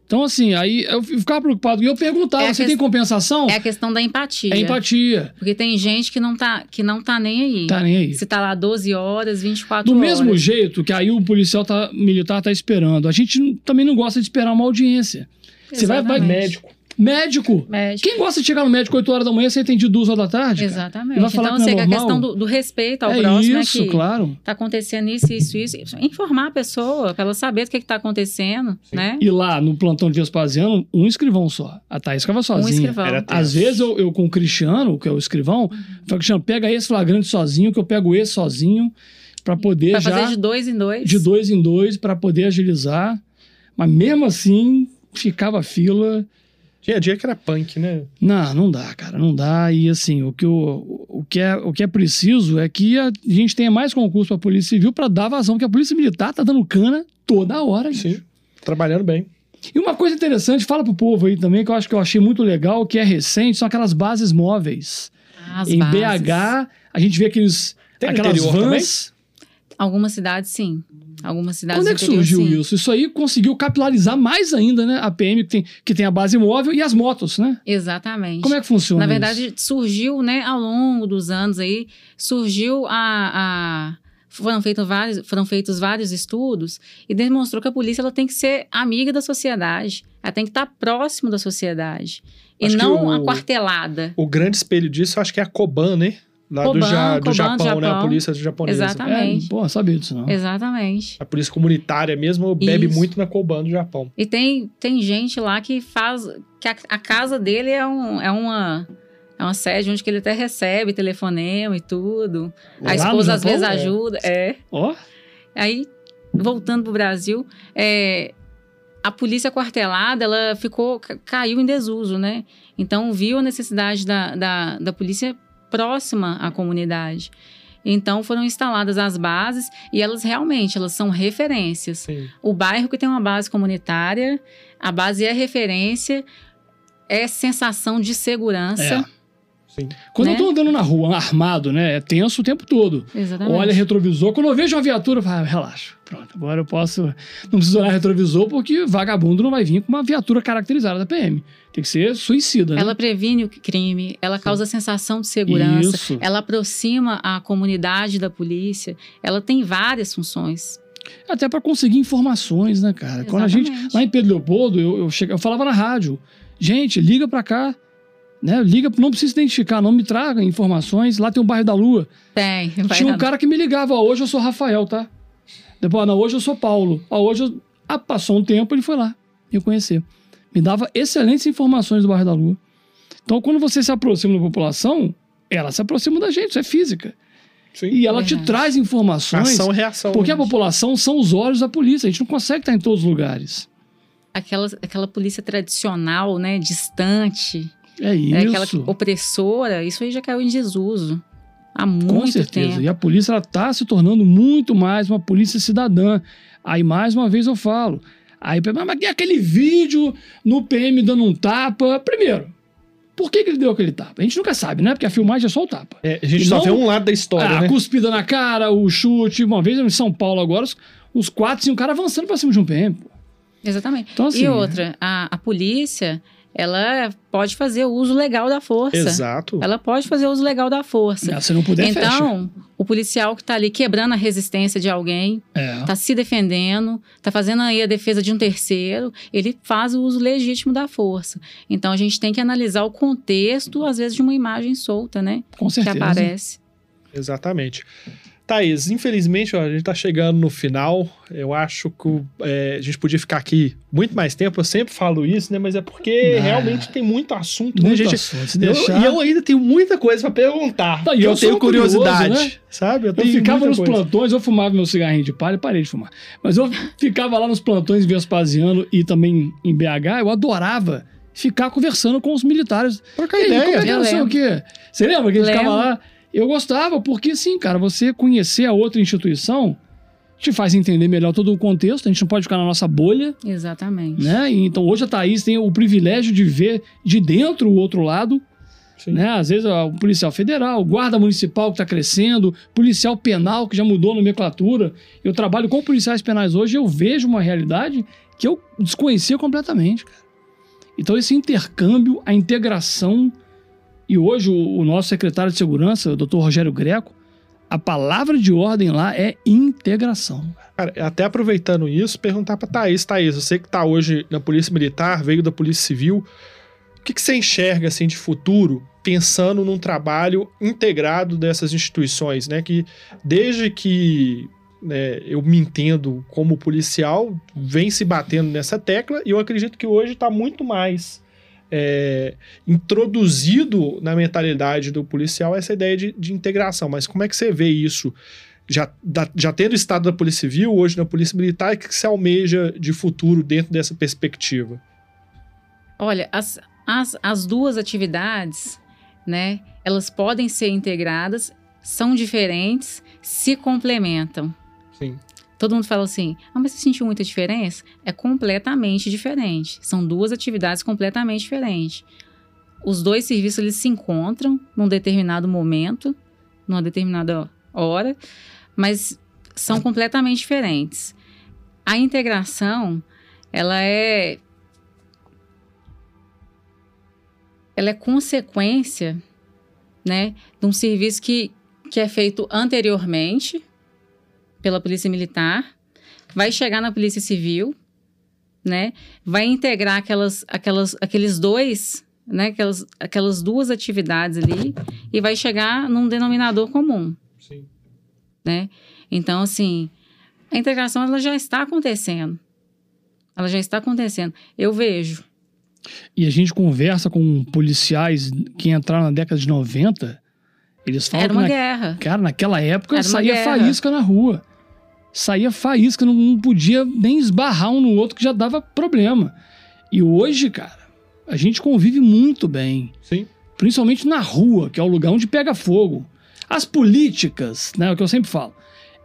Então, assim, aí eu fi- ficava preocupado. E eu perguntava,
É a
você
quest-
tem compensação?
É a questão da empatia.
É empatia.
Porque tem gente que não tá, que não tá nem aí.
Tá nem aí.
Se tá lá 12 horas, 24
Do
horas.
mesmo jeito que aí o policial tá, militar tá esperando. A gente n- também não gosta de esperar uma audiência. Você vai- vai-
Exatamente.
Médico.
Médico.
Médico.
Quem gosta de chegar no médico 8 horas da manhã e ser atendido 2 horas da tarde? cara?
Exatamente.
Ele vai falar
então,
que não é
assim, a
normal?
questão do, do respeito ao
É
próximo
isso,
é que
claro.
tá acontecendo isso, isso, isso. Informar a pessoa, pra ela saber do que, que tá acontecendo, né?
E lá no plantão de Vespasiano, um escrivão só. A Thaís ficava sozinha.
Um escrivão. Uhum.
Era
Às vezes eu, eu com o Cristiano, que é o escrivão, falo, Cristiano, pega esse flagrante sozinho, que eu pego esse sozinho, pra poder
Pra
já
fazer de dois em dois.
de dois em dois, pra poder agilizar. Mas mesmo assim, ficava fila.
Tinha dia que era punk, né?
Não, não dá, cara, não dá. E assim, o que, o, o que, é, o que é preciso é que a gente tenha mais concurso pra Polícia Civil pra dar vazão, porque a Polícia Militar tá dando cana toda hora. gente.
Sim. Trabalhando bem.
E uma coisa interessante, fala pro povo aí também, que eu acho que eu achei muito legal, que é recente, são aquelas bases móveis.
Ah, As
em
bases.
BH, a gente vê aqueles,
Tem no
aquelas
interior
vans.
Algumas cidades, sim. Algumas cidades
Quando é
do
que
interior,
surgiu
sim.
isso? Isso aí conseguiu capilarizar mais ainda, né? A PM, que tem, que tem a base móvel e as motos, né?
Exatamente.
Como é que funciona
Na
isso?
verdade, surgiu, né, ao longo dos anos aí, surgiu a. a- foram, feito vários, foram feitos vários estudos e demonstrou que a polícia ela tem que ser amiga da sociedade. Ela tem que estar próximo da sociedade. E
Acho que
não
o-
aquartelada.
O grande espelho disso, acho que é a Koban, né? Lá do,
Koban,
Ja- do
Koban,
Japão, né? A
Japão.
polícia japonesa.
Exatamente.
É, pô, sabia disso não.
Exatamente.
A polícia comunitária mesmo bebe
Isso.
muito na Koban do Japão.
E tem, tem gente lá que faz. que a, a casa dele é, um, é uma. É uma sede onde que ele até recebe telefonema e tudo.
Lá
a
no
esposa às
Japão,
vezes
é?
ajuda. É.
Ó,
Aí, voltando pro Brasil, é, a polícia quartelada, ela ficou, ca- caiu em desuso, né? Então, viu a necessidade da, da, da polícia próxima à comunidade. Então, foram instaladas as bases e elas realmente, elas são referências.
Sim.
O bairro que tem uma base comunitária, a base é referência, é sensação de segurança.
É.
Sim.
quando eu
Né?
tô andando na rua armado, né? É tenso o tempo todo.
Exatamente.
Olha retrovisor. Quando eu vejo uma viatura, eu falo, ah, relaxa. Pronto, agora eu posso. Não preciso olhar retrovisor porque vagabundo não vai vir com uma viatura caracterizada da PM. Tem que ser suicida, né?
Ela previne o crime, ela causa sensação de segurança,
Isso.
ela aproxima a comunidade da polícia, ela tem várias funções.
Até pra conseguir informações, né, cara? Quando a gente.
Exatamente.
Lá em Pedro Leopoldo, eu, eu, chega- eu falava na rádio. Gente, liga pra cá. Né? Liga, não precisa identificar, não me traga informações. Lá tem o bairro da Lua.
Tem, vai
Tinha um
dar-
cara que me ligava, ó, hoje eu sou Rafael, tá? Depois, ah, não, hoje eu sou Paulo. Ah, hoje eu... ah, passou um tempo, ele foi lá me conhecer. Me dava excelentes informações do bairro da Lua. Então, quando você se aproxima da população, ela se aproxima da gente, isso é física.
Sim.
E ela te
Verdade.
traz informações.
Ação e reação.
Porque a
né?
população são os olhos da polícia. A gente não consegue estar em todos os lugares.
aquela, aquela polícia tradicional, né, distante,
É isso.
é aquela que- opressora, isso aí já caiu em desuso há
Com
muito
certeza.
tempo.
E a polícia ela está se tornando muito mais uma polícia cidadã. Aí, mais uma vez, eu falo. Aí, mas mas aquele vídeo no PM dando um tapa. Primeiro, por que, que ele deu aquele tapa? A gente nunca sabe, né? Porque a filmagem é só o tapa.
É, a gente
E
só
não-
vê um lado da história,
Ah,
a
né?
cuspida na cara, o chute. Uma vez em São Paulo agora, os, os quatro, cinco caras avançando pra cima de um PM. pô.
Exatamente.
Então, assim,
e outra, a, a polícia, ela pode fazer o uso legal da força.
Exato.
Ela pode fazer o uso legal da força.
né, se não puder, fecha.
Então, o policial que está ali quebrando a resistência de alguém,
É.
está se defendendo, está fazendo aí a defesa de um terceiro, ele faz o uso legítimo da força. Então, a gente tem que analisar o contexto, às vezes, de uma imagem solta, né?
Com
Que
certeza.
aparece.
Exatamente. Thaís, infelizmente, ó, a gente tá chegando no final. Eu acho que é, a gente podia ficar aqui muito mais tempo. Eu sempre falo isso, né? Mas é porque
Ah.
realmente tem muito assunto, né,
Muito
gente?
assunto. Se
Eu-
deixar...
e eu ainda tenho muita coisa pra perguntar.
Tá, e
eu, um
eu sou
tenho
curioso,
curiosidade,
né?
sabe?
Eu
tenho
ficava
muita
nos
coisa.
plantões, eu fumava meu cigarrinho de palha e parei de fumar. Mas eu ficava lá nos plantões em Vespasiano e também em BH, eu adorava ficar conversando com os militares.
Troca
Ei, como é
ideia.
que é,
Eu
não sei o
lembro.
quê? Você lembra que a gente
Lembro.
ficava lá? Eu gostava, porque assim, cara, você conhecer a outra instituição te faz entender melhor todo o contexto, a gente não pode ficar na nossa bolha,
Exatamente.
né? E Então hoje a Thaís tem o privilégio de ver de dentro o outro lado,
Sim.
né? Às vezes ó, o policial federal, o guarda municipal que está crescendo, policial penal que já mudou a nomenclatura. Eu trabalho com policiais penais hoje, eu vejo uma realidade que eu desconhecia completamente, cara. Então esse intercâmbio, a integração e hoje o, o nosso secretário de segurança, o Dr. Rogério Greco, a palavra de ordem lá é integração.
Cara, até aproveitando isso, perguntar pra Thaís. Thaís, você que tá hoje na Polícia Militar, veio da Polícia Civil, o que, que você enxerga, assim, de futuro, pensando num trabalho integrado dessas instituições, né? Que desde que né, eu me entendo como policial, vem se batendo nessa tecla e eu acredito que hoje tá muito mais... é, introduzido na mentalidade do policial essa ideia de- de integração, mas como é que você vê isso já, da- já tendo estado na Polícia Civil, hoje na Polícia Militar, o que que se almeja de futuro dentro dessa perspectiva?
Olha, as, as, as duas atividades, né? Elas podem ser integradas, são diferentes, se complementam.
Sim.
Todo mundo fala assim, ah, mas você sentiu muita diferença? É completamente diferente. São duas atividades completamente diferentes. Os dois serviços eles se encontram num determinado momento, numa determinada hora, mas são completamente diferentes. A integração, ela é ela é consequência, né, de um serviço que, que é feito anteriormente pela polícia militar, vai chegar na polícia civil, né, vai integrar aquelas, aquelas, aqueles dois, né, aquelas, aquelas duas atividades ali e vai chegar num denominador comum,
Sim.
né? Então, assim, a integração ela já está acontecendo. Ela já está acontecendo. Eu vejo.
E a gente conversa com policiais que entraram na década de 90, eles falam
Era
é que
uma
na-
guerra.
Cara, naquela época
Era uma
saía
guerra.
faísca na rua. Saía faísca, não, não podia nem esbarrar um no outro, que já dava problema. E hoje, cara, a gente convive muito bem.
Sim.
Principalmente na rua, que é o lugar onde pega fogo. As políticas, né? É o que eu sempre falo.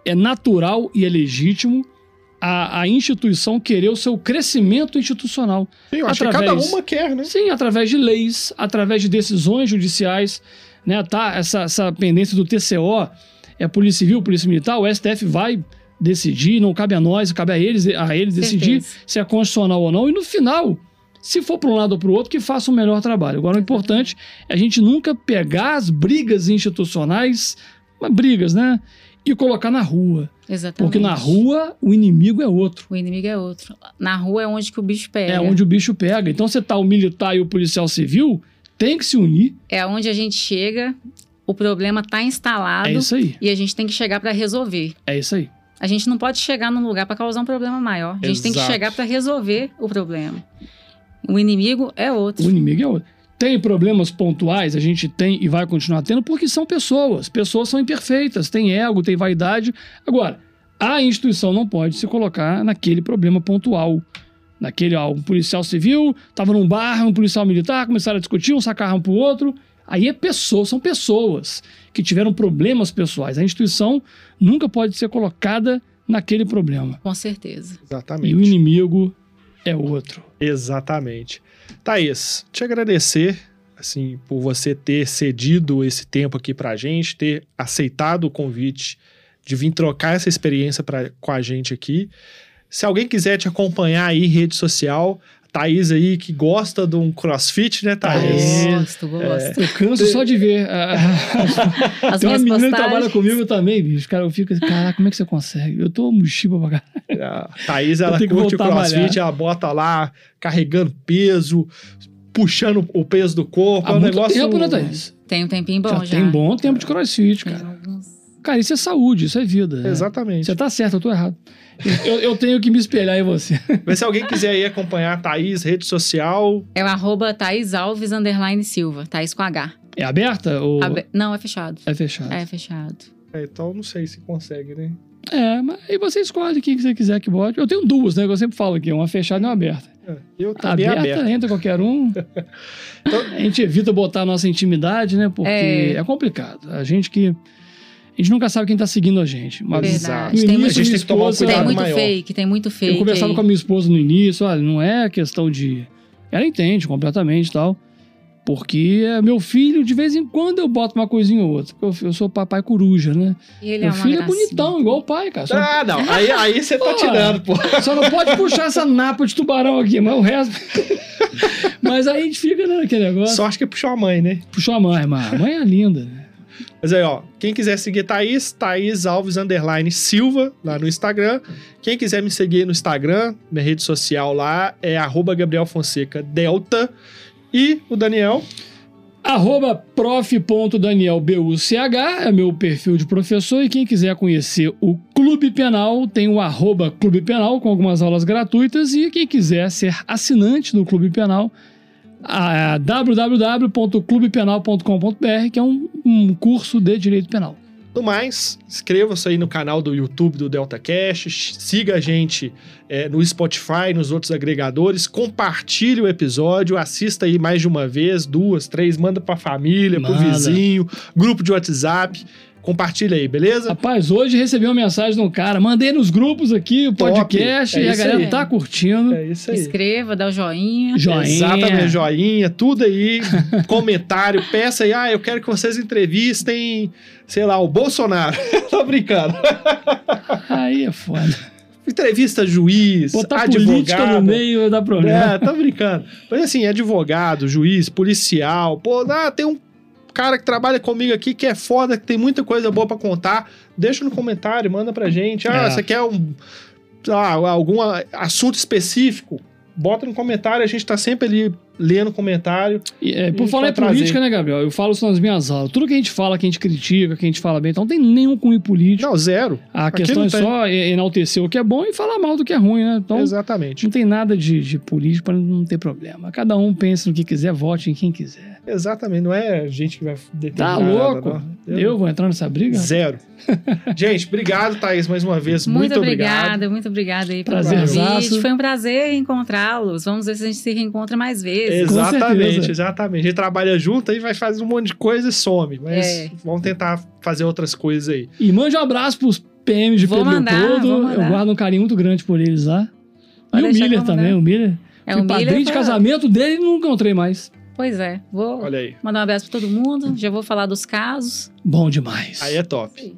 É natural e é legítimo a, a instituição querer o seu crescimento institucional.
Sim, eu acho que
Através-
cada uma quer, né?
Sim, através de leis, através de decisões judiciais, né? Tá essa, essa pendência do TCO, é Polícia Civil, Polícia Militar, o STF vai decidir, não cabe a nós, cabe a eles, a eles decidir
Certeza.
se é constitucional ou não. E no final, se for para um lado ou para o outro, que faça o melhor trabalho. Agora, o importante é a gente nunca pegar as brigas institucionais, mas brigas, né? E colocar na rua.
Exatamente.
Porque na rua o inimigo é outro.
O inimigo é outro. Na rua é onde que o bicho pega.
É onde o bicho pega. Então você tá o militar e o policial civil, tem que se unir.
É onde a gente chega, o problema está instalado
É isso aí.
e a gente tem que chegar para resolver.
É isso aí.
A gente não pode chegar num lugar para causar um problema maior. A gente tem que
Exato.
chegar para resolver o problema. O inimigo é
O
outro.
inimigo é outro. Tem problemas pontuais, a gente tem e vai continuar tendo, porque são pessoas. Pessoas são imperfeitas, têm ego, têm vaidade. Agora, a instituição não pode se colocar naquele problema pontual. Naquele, ó, um policial civil estava num bar, um policial militar, começaram a discutir, um sacaram um pro outro. Aí é pessoa, são pessoas que tiveram problemas pessoais. A instituição nunca pode ser colocada naquele problema.
Com certeza.
E o
Exatamente.
inimigo é outro.
Exatamente. Thaís, te agradecer assim por você ter cedido esse tempo aqui pra gente, ter aceitado o convite de vir trocar essa experiência pra, com a gente aqui. Se alguém quiser te acompanhar aí em rede social, Thaís aí que gosta de um crossfit, né,
Ah,
Thaís?
Aê.
Gosto, gosto.
Eu canso só de ver. a- a-
As
É. Tem uma menina
minhas
que
postagens.
trabalha comigo também, bicho. Cara, eu fico assim, caraca, como é que você consegue? Eu tô mochiba pra caralho.
É, A Thaís,
Eu
ela
tenho que
curte o
voltar a malhar.
crossfit, ela bota lá carregando peso, puxando o peso do corpo.
Há
é um
muito
negócio...
tempo, né, Thaís?
Tem um tempinho bom já.
já tem bom tempo de crossfit,
Tem
cara.
alguns-
Cara, isso é saúde, isso é vida. né?
Exatamente.
Você tá certo, eu tô errado. Eu, eu tenho que me espelhar em você.
Mas se alguém quiser aí acompanhar a Thaís, rede social,
É o arroba Thaís Alves underline Silva. Thaís com H.
É aberta ou
Abe- Não, é fechado.
é fechada?
É fechado.
é, então não sei se consegue, né?
É, mas aí você escolhe quem que você quiser que bote. Eu tenho duas, né? Que eu sempre falo aqui, uma fechada e uma aberta.
É, Eu também
Aberta,
aberto.
entra qualquer um. Então, A gente evita botar a nossa intimidade, né? Porque é,
É.
complicado. A gente que. A gente nunca sabe quem tá seguindo a gente. Mas no
Verdade. Tem
início,
muito-
minha
A gente tem que tomar um
esposa-
Cuidado
tem muito
maior.
fake, tem muito fake.
Eu conversava
aí.
com a minha esposa no início, olha, não é questão de. Ela entende completamente e tal. Porque é meu filho, de vez em quando eu boto uma coisinha ou outra. Eu, eu sou papai coruja, né?
E ele é
meu
uma
filho é
gracinha.
bonitão, igual o pai, cara. Só,
Ah, não. Aí, aí você tá
Porra.
tirando, pô.
só não pode puxar essa napa de tubarão aqui, mas o resto. mas aí a gente fica né, naquele negócio.
Sorte que puxou a mãe, né?
Puxou a mãe, mas a mãe é linda, né?
Mas aí, ó, quem quiser seguir Thaís, Thaís Alves Underline Silva, lá no Instagram. Quem quiser me seguir no Instagram, minha rede social lá é arroba Gabriel Fonseca Delta. E o Daniel,
Arroba prof.danielbuch é meu perfil de professor e quem quiser conhecer o Clube Penal tem o arroba Clube Penal com algumas aulas gratuitas e quem quiser ser assinante do Clube Penal a é www.clubepenal.com.br que é um, um curso de direito penal.
No mais, inscreva-se aí no canal do YouTube do Delta Cash, siga a gente eh, no Spotify, nos outros agregadores, compartilhe o episódio, assista aí mais de uma vez, duas, três, manda pra família, pro
Manda.
vizinho, grupo de WhatsApp. Compartilha aí, beleza?
Rapaz, hoje recebi uma mensagem de um cara. Mandei nos grupos aqui o
Top.
podcast
É
e a
isso
galera
aí.
tá curtindo.
É isso aí.
Escreva, dá o joinha.
Joinha.
Exatamente, joinha, tudo aí, comentário, peça aí, ah, eu quero que vocês entrevistem, sei lá, o Bolsonaro. Tô brincando.
Aí é foda.
Entrevista juiz,
Botar política no
advogado.
meio né? dá problema.
É, tá brincando. Mas assim, advogado, juiz, policial, pô, ah, tem um cara que trabalha comigo aqui que é foda, que tem muita coisa boa pra contar. Deixa no comentário, manda pra gente. Ah,
É.
você quer um sei lá, algum a- assunto específico? Bota no comentário, a gente tá sempre ali lendo comentário.
E, é,
E
por falar em
pra
política,
trazer.
né, Gabriel? Eu falo isso nas minhas aulas. Tudo que a gente fala, que a gente critica, que a gente fala bem, então não tem nenhum cunho político.
Não, zero.
A
aqui
questão
não
é
tem.
só e- enaltecer o que é bom e falar mal do que é ruim, né? Então,
Exatamente.
não tem nada de, de político pra não ter problema. Cada um pensa no que quiser, vote em quem quiser.
Exatamente. Não é a gente que vai
Tá
determinar.
louco?
Nada, não.
Eu vou entrar nessa briga?
Zero. gente, obrigado, Thaís, mais uma vez.
Muito,
Muito,
obrigada, muito obrigada aí pelo
Prazerzaço.
convite. Foi um prazer encontrá-los. Vamos ver se a gente se reencontra mais vezes.
Com
Exatamente,
certeza.
exatamente. A gente trabalha junto aí, vai fazer um monte de coisa e some. Mas
É.
vamos tentar fazer outras coisas aí.
E mande um abraço pros PM de
Vou
Pedro
mandar,
Leopoldo.
vou mandar.
Eu guardo um carinho muito grande por eles lá.
Pode
e o
deixar que eu
Miller
vou
também,
mandar.
o Miller.
É,
Fui
o
padrinho de
Miller foi-
casamento dele e não encontrei mais.
Pois é, vou
Olha aí.
mandar um abraço pra todo mundo. Já vou falar dos casos.
Bom demais.
Aí é top.
Sim.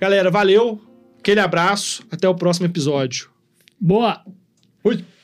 Galera, valeu. Aquele abraço. Até o próximo episódio.
Boa!
Fui.